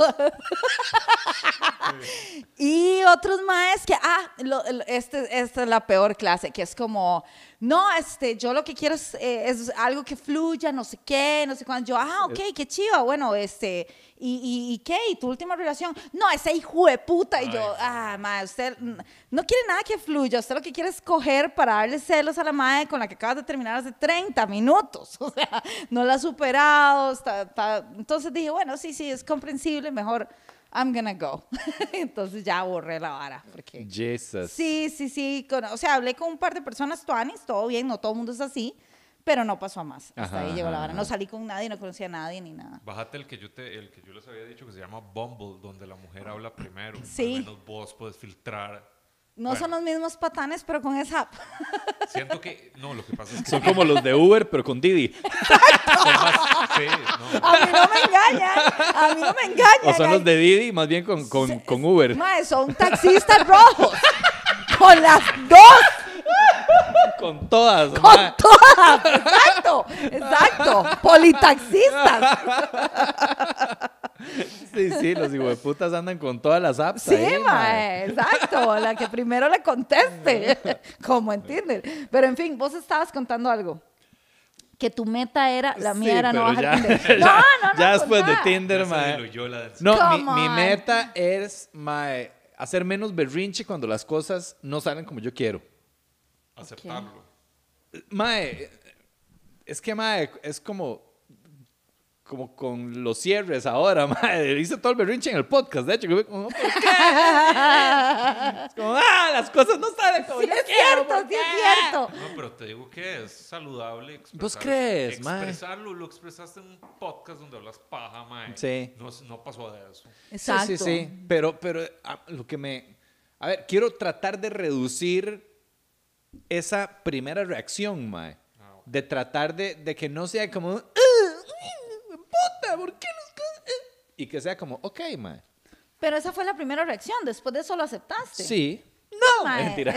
[SPEAKER 2] y otros más que, ah, lo- lo- este, esta es la peor clase, que es como, no, este, yo lo que quiero es, eh, es algo que fluya, no sé qué, no sé cuándo. Yo, ah, ok, qué chido, bueno, este, ¿y, y, y qué? ¿Y tu última relación? No, ese hijo de puta. Y yo,
[SPEAKER 4] Ay.
[SPEAKER 2] ah, madre, usted mm, no quiere nada que fluya, usted lo que quiere es coger para darle celos a la madre con la que acabas de terminar hace 30 minutos. O sea, no la ha superado. está- está- Entonces dije, bueno, sí, sí, es comprensible, mejor I'm gonna go. Entonces ya borré la vara. Porque...
[SPEAKER 3] Jesus.
[SPEAKER 2] Sí, sí, sí. con- o sea, hablé con un par de personas tuanis, todo bien, no todo el mundo es así, pero no pasó a más. Hasta
[SPEAKER 3] Ajá,
[SPEAKER 2] ahí llegó la
[SPEAKER 3] ajá,
[SPEAKER 2] vara.
[SPEAKER 3] ajá.
[SPEAKER 2] No salí con nadie, no conocía a nadie ni nada.
[SPEAKER 4] Bájate el que yo te, el que yo les había dicho que se llama Bumble, donde la mujer habla primero.
[SPEAKER 2] Sí.
[SPEAKER 4] Al menos vos puedes filtrar.
[SPEAKER 2] No
[SPEAKER 4] Bueno,
[SPEAKER 2] son los mismos patanes, pero con esa app.
[SPEAKER 4] Siento que no, lo que pasa es que
[SPEAKER 3] Son como los de Uber, pero con Didi.
[SPEAKER 4] son más- sí, no.
[SPEAKER 2] A mí no me engañan, a mí no me engañan.
[SPEAKER 3] O son
[SPEAKER 2] ay,
[SPEAKER 3] los de Didi, más bien con, con, con Uber.
[SPEAKER 2] Mae, son taxistas rojos. Con las dos,
[SPEAKER 3] Con todas.
[SPEAKER 2] con
[SPEAKER 3] ma.
[SPEAKER 2] todas. Exacto, exacto. Politaxistas.
[SPEAKER 3] Sí, sí, los hijueputas andan con todas las apps.
[SPEAKER 2] Sí,
[SPEAKER 3] ahí, ma.
[SPEAKER 2] mae, exacto. La que primero le conteste. Como en Tinder. Pero en fin, vos estabas contando algo. Que tu meta era, la mía
[SPEAKER 3] Sí,
[SPEAKER 2] era no
[SPEAKER 3] pero ya-
[SPEAKER 2] bajar Tinder. No,
[SPEAKER 3] ya-
[SPEAKER 2] no, pues no.
[SPEAKER 3] Ya después de
[SPEAKER 2] contá.
[SPEAKER 3] Tinder,
[SPEAKER 4] Ya se
[SPEAKER 3] mae.
[SPEAKER 4] diluyó la densidad.
[SPEAKER 3] No, mi,
[SPEAKER 2] Come
[SPEAKER 3] mi
[SPEAKER 2] on.
[SPEAKER 3] meta es mae, hacer menos berrinche cuando las cosas no salen como yo quiero.
[SPEAKER 4] Aceptarlo.
[SPEAKER 3] Mae, es que mae, es como como con los cierres ahora, mae. Hice todo el berrinche en el podcast, de hecho. que fue como, "¿Por qué?" Es como, ah, las cosas no salen como
[SPEAKER 2] Sí,
[SPEAKER 3] yo
[SPEAKER 2] es
[SPEAKER 3] quiero.
[SPEAKER 2] cierto,
[SPEAKER 3] ¿por
[SPEAKER 2] sí
[SPEAKER 3] qué?"
[SPEAKER 2] es cierto.
[SPEAKER 4] No, pero te digo que es saludable expresar.
[SPEAKER 3] ¿Vos crees, mae?
[SPEAKER 4] Expresarlo, lo expresaste en un podcast donde hablas paja, mae.
[SPEAKER 3] Sí.
[SPEAKER 4] No, no pasó de eso.
[SPEAKER 2] Exacto.
[SPEAKER 3] Sí, sí, sí. Pero, pero ah, lo que me. A ver, quiero tratar de reducir esa primera reacción, Mae.
[SPEAKER 4] Ah, ok.
[SPEAKER 3] De tratar de, de que no sea como. "Ah, uy, ¡Puta! ¿Por qué los cosas? eh?" Y que sea como, ok, Mae.
[SPEAKER 2] Pero esa fue la primera reacción. Después de eso lo aceptaste.
[SPEAKER 3] Sí.
[SPEAKER 2] No, mae.
[SPEAKER 3] Mentira.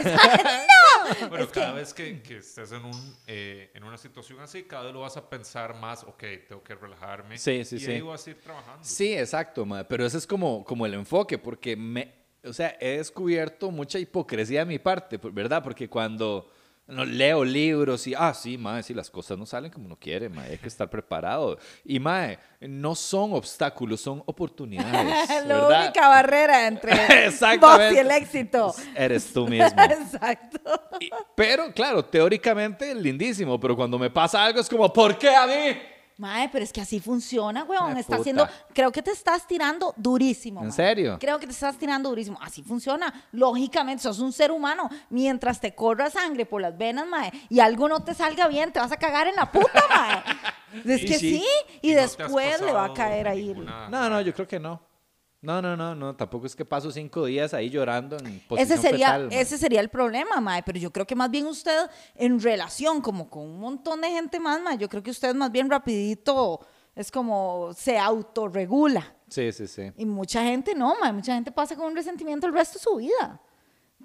[SPEAKER 4] Pero
[SPEAKER 2] Es
[SPEAKER 4] cada
[SPEAKER 2] que-
[SPEAKER 4] vez que, que estés en, un, eh, en una situación así, cada vez lo vas a pensar más, ok, tengo que relajarme.
[SPEAKER 3] Sí, sí,
[SPEAKER 4] y
[SPEAKER 3] sí.
[SPEAKER 4] ahí vas a ir trabajando.
[SPEAKER 3] Sí, exacto, Mae. Pero ese es como, como el enfoque, porque me. O sea, he descubierto mucha hipocresía de mi parte, por- ¿verdad? Porque cuando. No, leo libros y, ah, sí, mae, si las cosas no salen como uno quiere, mae, hay que estar preparado. Y, mae, no son obstáculos, son oportunidades,
[SPEAKER 2] La
[SPEAKER 3] ¿verdad?
[SPEAKER 2] única barrera entre vos
[SPEAKER 3] Exactamente.
[SPEAKER 2] y el éxito.
[SPEAKER 3] Eres tú mismo.
[SPEAKER 2] Exacto.
[SPEAKER 3] Y- pero, claro, teóricamente es lindísimo, pero cuando me pasa algo es como, ¿por qué a mí?
[SPEAKER 2] Mae, pero es que así funciona, weón.
[SPEAKER 3] Mae,
[SPEAKER 2] Está
[SPEAKER 3] puta.
[SPEAKER 2] haciendo, creo que te estás tirando durísimo.
[SPEAKER 3] ¿En
[SPEAKER 2] mae.
[SPEAKER 3] serio?
[SPEAKER 2] Creo que te estás tirando durísimo. Así funciona. Lógicamente, sos un ser humano. Mientras te corra sangre por las venas, mae, y algo no te salga bien, te vas a cagar en la puta, mae. Es
[SPEAKER 3] Y
[SPEAKER 2] que
[SPEAKER 3] sí.
[SPEAKER 2] sí, y,
[SPEAKER 4] no te has
[SPEAKER 2] después le va a
[SPEAKER 4] pasado
[SPEAKER 2] caer
[SPEAKER 4] de
[SPEAKER 2] ahí. el-
[SPEAKER 4] ninguna-
[SPEAKER 3] No, no, yo creo que no. No, no, no, no, tampoco es que paso cinco días ahí llorando en posición
[SPEAKER 2] Ese sería,
[SPEAKER 3] fetal, mae.
[SPEAKER 2] ese sería el problema, Mae. Pero yo creo que más bien usted, en relación como con un montón de gente más, Mae, yo creo que usted más bien rapidito es como se autorregula.
[SPEAKER 3] Sí, sí, sí.
[SPEAKER 2] Y mucha gente no, Mae. Mucha gente pasa con un resentimiento el resto de su vida.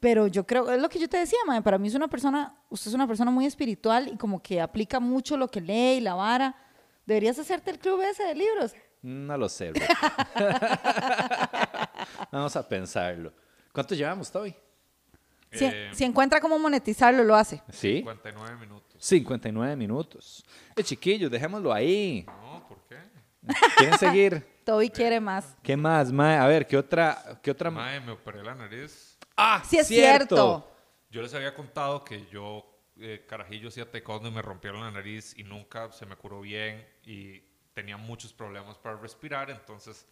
[SPEAKER 2] Pero yo creo, es lo que yo te decía, Mae. Para mí es una persona, usted es una persona muy espiritual y como que aplica mucho lo que lee y la vara. Deberías hacerte el club ese de libros.
[SPEAKER 3] No lo sé. Rick. Vamos a pensarlo. ¿Cuánto llevamos hoy?
[SPEAKER 2] Si,
[SPEAKER 4] Eh.
[SPEAKER 2] si encuentra cómo monetizarlo, lo hace.
[SPEAKER 3] Sí.
[SPEAKER 4] 59 minutos.
[SPEAKER 3] 59 minutos. Eh, chiquillos, dejémoslo ahí.
[SPEAKER 4] No, ¿por qué?
[SPEAKER 3] ¿Quieren seguir?
[SPEAKER 4] Eh.
[SPEAKER 2] Toby quiere más.
[SPEAKER 3] ¿Qué más, mae? A ver, ¿qué otra? ¿Qué otra?
[SPEAKER 4] Mae, me operé la nariz.
[SPEAKER 3] Ah,
[SPEAKER 2] Sí, es cierto.
[SPEAKER 4] Yo les había contado que yo, eh, carajillo, hacía taekwondo y me rompieron la nariz y nunca se me curó bien y tenía muchos problemas para respirar, entonces...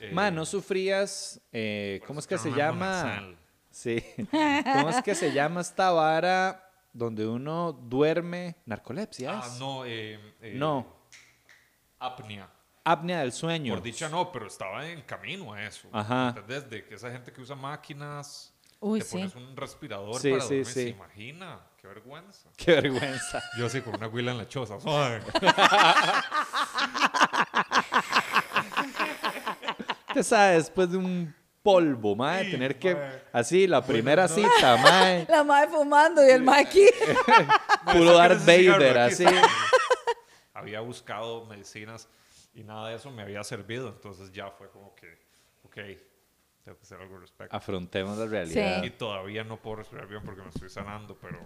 [SPEAKER 4] eh,
[SPEAKER 3] Mae, no sufrías. eh,
[SPEAKER 4] Por
[SPEAKER 3] ¿Cómo es
[SPEAKER 4] eso
[SPEAKER 3] que
[SPEAKER 4] era
[SPEAKER 3] se
[SPEAKER 4] una
[SPEAKER 3] llama?
[SPEAKER 4] monazal.
[SPEAKER 3] Sí. ¿Cómo es que se llama esta vara donde uno duerme? Narcolepsia.
[SPEAKER 4] Ah,
[SPEAKER 3] es?
[SPEAKER 4] no, eh, eh,
[SPEAKER 3] No,
[SPEAKER 4] Apnea.
[SPEAKER 3] Apnea del sueño.
[SPEAKER 4] Por dicha no, pero estaba en camino a eso.
[SPEAKER 3] Ajá.
[SPEAKER 4] ¿Entendés? De que esa gente que usa máquinas,
[SPEAKER 2] Uy,
[SPEAKER 4] te
[SPEAKER 2] sí.
[SPEAKER 4] pones un respirador
[SPEAKER 3] Sí,
[SPEAKER 4] para
[SPEAKER 3] sí,
[SPEAKER 4] dormir,
[SPEAKER 3] sí.
[SPEAKER 4] se imagina, qué vergüenza.
[SPEAKER 3] Qué vergüenza.
[SPEAKER 4] Yo así con una huila en la choza, suave.
[SPEAKER 3] Usted sabe, después pues, de un polvo, mae,
[SPEAKER 4] Sí,
[SPEAKER 3] tener que.
[SPEAKER 4] mae.
[SPEAKER 3] Así, la primera cita, mae.
[SPEAKER 2] La madre fumando y el mae aquí.
[SPEAKER 4] Mae,
[SPEAKER 3] Puro Darth
[SPEAKER 4] saquen ese cigarro,
[SPEAKER 3] Vader,
[SPEAKER 4] aquí
[SPEAKER 3] así.
[SPEAKER 4] está. Había buscado medicinas. y nada de eso me había servido. Entonces ya fue como que, ok, tengo que hacer algo al respecto.
[SPEAKER 3] Afrontemos la realidad.
[SPEAKER 4] Y todavía no puedo respirar bien porque me estoy sanando, pero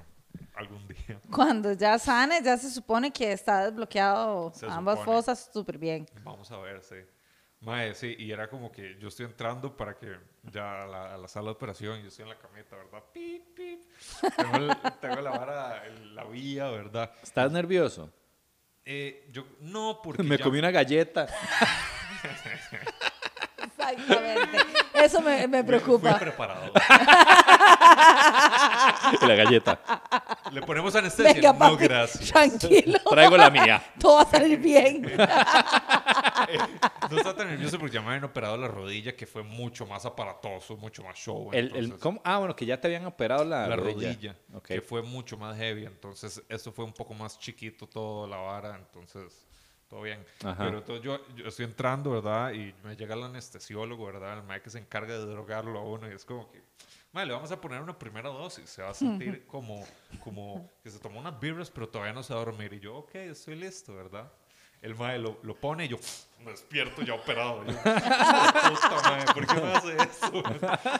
[SPEAKER 4] algún día.
[SPEAKER 2] Cuando ya sane, ya se supone que está desbloqueado
[SPEAKER 4] Se
[SPEAKER 2] ambas
[SPEAKER 4] supone.
[SPEAKER 2] fosas súper bien.
[SPEAKER 4] Vamos a ver, sí. Mae, sí, y era como que yo estoy entrando para que ya a la, a la sala de operación, yo estoy en la cameta, ¿verdad? Pip, pip. Tengo, el- tengo la vara, el- la vía, ¿verdad?
[SPEAKER 3] ¿Estás nervioso?
[SPEAKER 4] Eh, yo, no, porque
[SPEAKER 3] Me
[SPEAKER 4] ya-
[SPEAKER 3] comí una galleta.
[SPEAKER 2] Exactamente. Eso me, me
[SPEAKER 4] fui-
[SPEAKER 2] preocupa.
[SPEAKER 4] Fui preparado.
[SPEAKER 3] la galleta.
[SPEAKER 4] Le ponemos anestesia.
[SPEAKER 2] Venga,
[SPEAKER 4] no,
[SPEAKER 2] papi,
[SPEAKER 4] gracias.
[SPEAKER 2] tranquilo.
[SPEAKER 3] Traigo la mía.
[SPEAKER 2] Todo va a salir bien.
[SPEAKER 4] No está tan nervioso porque ya me habían operado la rodilla, que fue mucho más aparatoso, mucho más show.
[SPEAKER 3] El, el-
[SPEAKER 4] entonces,
[SPEAKER 3] ¿cómo? Ah, bueno, que ya te habían operado la,
[SPEAKER 4] la rodilla,
[SPEAKER 3] Ok.
[SPEAKER 4] que fue mucho más heavy. Entonces, eso fue un poco más chiquito todo, la vara. Entonces, todo bien.
[SPEAKER 3] Ajá.
[SPEAKER 4] Pero entonces yo, yo estoy entrando, ¿verdad? Y me llega el anestesiólogo, ¿verdad? El mae que se encarga de drogarlo a uno. Y es como que, mae, le vamos a poner una primera dosis. Se va a sentir como, como que se tomó unas birras, pero todavía no se va a dormir. Y yo, ok, estoy listo, ¿verdad? El mae lo, lo pone y yo me despierto ya operado. Yo, puta mae, ¿por qué me hace eso?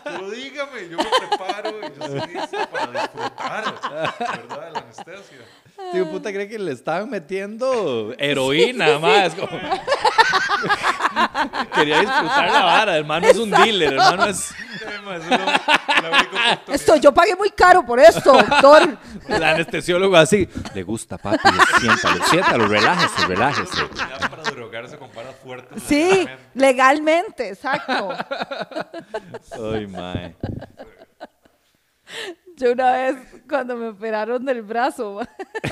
[SPEAKER 4] Pero dígame, yo me preparo y yo estoy listo para disfrutar, ¿verdad? De la anestesia.
[SPEAKER 3] Tío, Este puta, cree que le estaban metiendo heroína, más. como- Quería disfrutar la vara. Hermano es un dealer, hermano es.
[SPEAKER 4] Mae, mae, eso es lo- la única oportunidad.
[SPEAKER 2] Esto, yo pagué muy caro por esto, doctor.
[SPEAKER 3] El anestesiólogo así. Le gusta, papi. Siéntalo, siéntalo, relájese, relájese.
[SPEAKER 4] oportunidad para drogarse con varas fuertes.
[SPEAKER 2] Sí,
[SPEAKER 4] legalmente.
[SPEAKER 2] legalmente, exacto.
[SPEAKER 3] Ay, mae.
[SPEAKER 2] Yo una vez, cuando me operaron del brazo,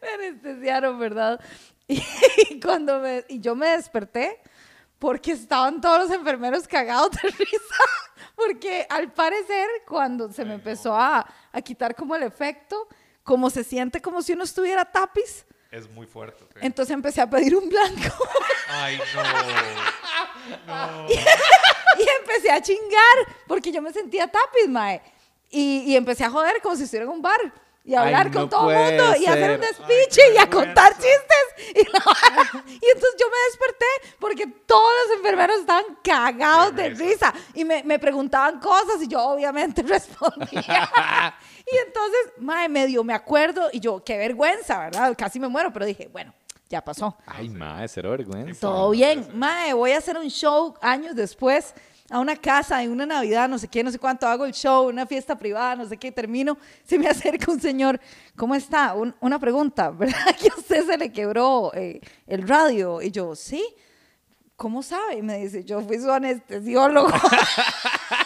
[SPEAKER 2] me anestesiaron, ¿verdad? Y, cuando me, y yo me desperté, porque estaban todos los enfermeros cagados de risa, porque al parecer, cuando se me empezó a, a quitar como el efecto, como se siente como si uno estuviera tapiz,
[SPEAKER 4] Es muy fuerte. sí.
[SPEAKER 2] entonces empecé a pedir un blanco.
[SPEAKER 4] Ay, no.
[SPEAKER 2] y empecé a chingar porque yo me sentía tapiz, mae. Y, y empecé a joder como si estuviera en un bar. Y a
[SPEAKER 3] Ay,
[SPEAKER 2] hablar
[SPEAKER 3] no
[SPEAKER 2] con todo el
[SPEAKER 3] puede
[SPEAKER 2] mundo y a hacer un
[SPEAKER 3] ser.
[SPEAKER 2] despiche
[SPEAKER 4] Ay, qué
[SPEAKER 2] y a contar
[SPEAKER 4] vergüenza.
[SPEAKER 2] chistes. Y, la vara. Y entonces yo me desperté porque todos los enfermeros estaban cagados
[SPEAKER 4] Qué
[SPEAKER 2] de
[SPEAKER 4] risa.
[SPEAKER 2] risa y me, me preguntaban cosas y yo obviamente respondía. y entonces, mae, medio me acuerdo y yo, qué vergüenza, ¿verdad? Casi me muero, pero dije, bueno, ya pasó.
[SPEAKER 3] Ay, mae, cero vergüenza.
[SPEAKER 2] Todo bien. Mae, voy a hacer un show años después a una casa en una Navidad, no sé qué, no sé cuánto, hago el show, una fiesta privada, no sé qué, termino, se me acerca un señor, ¿cómo está? Un- una pregunta, ¿verdad que a usted se le quebró eh, el radio? Y yo, sí, ¿cómo sabe? Y me dice, yo fui su anestesiólogo. y el mae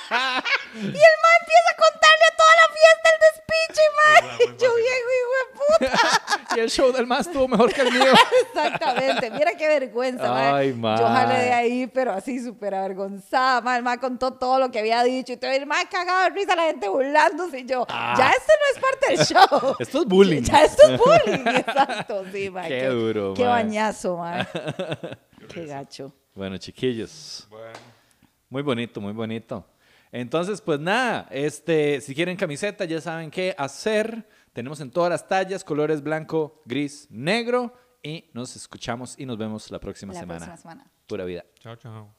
[SPEAKER 2] empieza a contarle a toda la fiesta el despiche,
[SPEAKER 4] Igual,
[SPEAKER 2] mae.
[SPEAKER 4] muy
[SPEAKER 2] Yo,
[SPEAKER 4] vacilón.
[SPEAKER 2] viejo, hijo de puta.
[SPEAKER 3] Y el show del más estuvo mejor que el mío.
[SPEAKER 2] Exactamente, mira qué vergüenza,
[SPEAKER 3] Ay,
[SPEAKER 2] mae.
[SPEAKER 3] mae.
[SPEAKER 2] Yo jalé de ahí, pero así súper avergonzada, mae. El mae contó todo lo que había dicho y todo el mae cagado de risa, la gente burlándose y yo, ya esto no es parte del show.
[SPEAKER 3] Ah. Esto es bullying.
[SPEAKER 2] Ya esto es bullying, exacto, sí, mae.
[SPEAKER 3] Qué duro,
[SPEAKER 2] Qué
[SPEAKER 3] mae.
[SPEAKER 2] bañazo, mae. Qué gacho.
[SPEAKER 3] Bueno, chiquillos.
[SPEAKER 4] Bueno,
[SPEAKER 3] Muy bonito, muy bonito. Entonces, pues nada, este, si quieren camiseta, ya saben qué hacer. Tenemos en todas las tallas, colores blanco, gris, negro. Y nos escuchamos y nos vemos la próxima
[SPEAKER 2] La
[SPEAKER 3] semana.
[SPEAKER 2] próxima semana.
[SPEAKER 3] Pura vida.
[SPEAKER 4] chao, chao.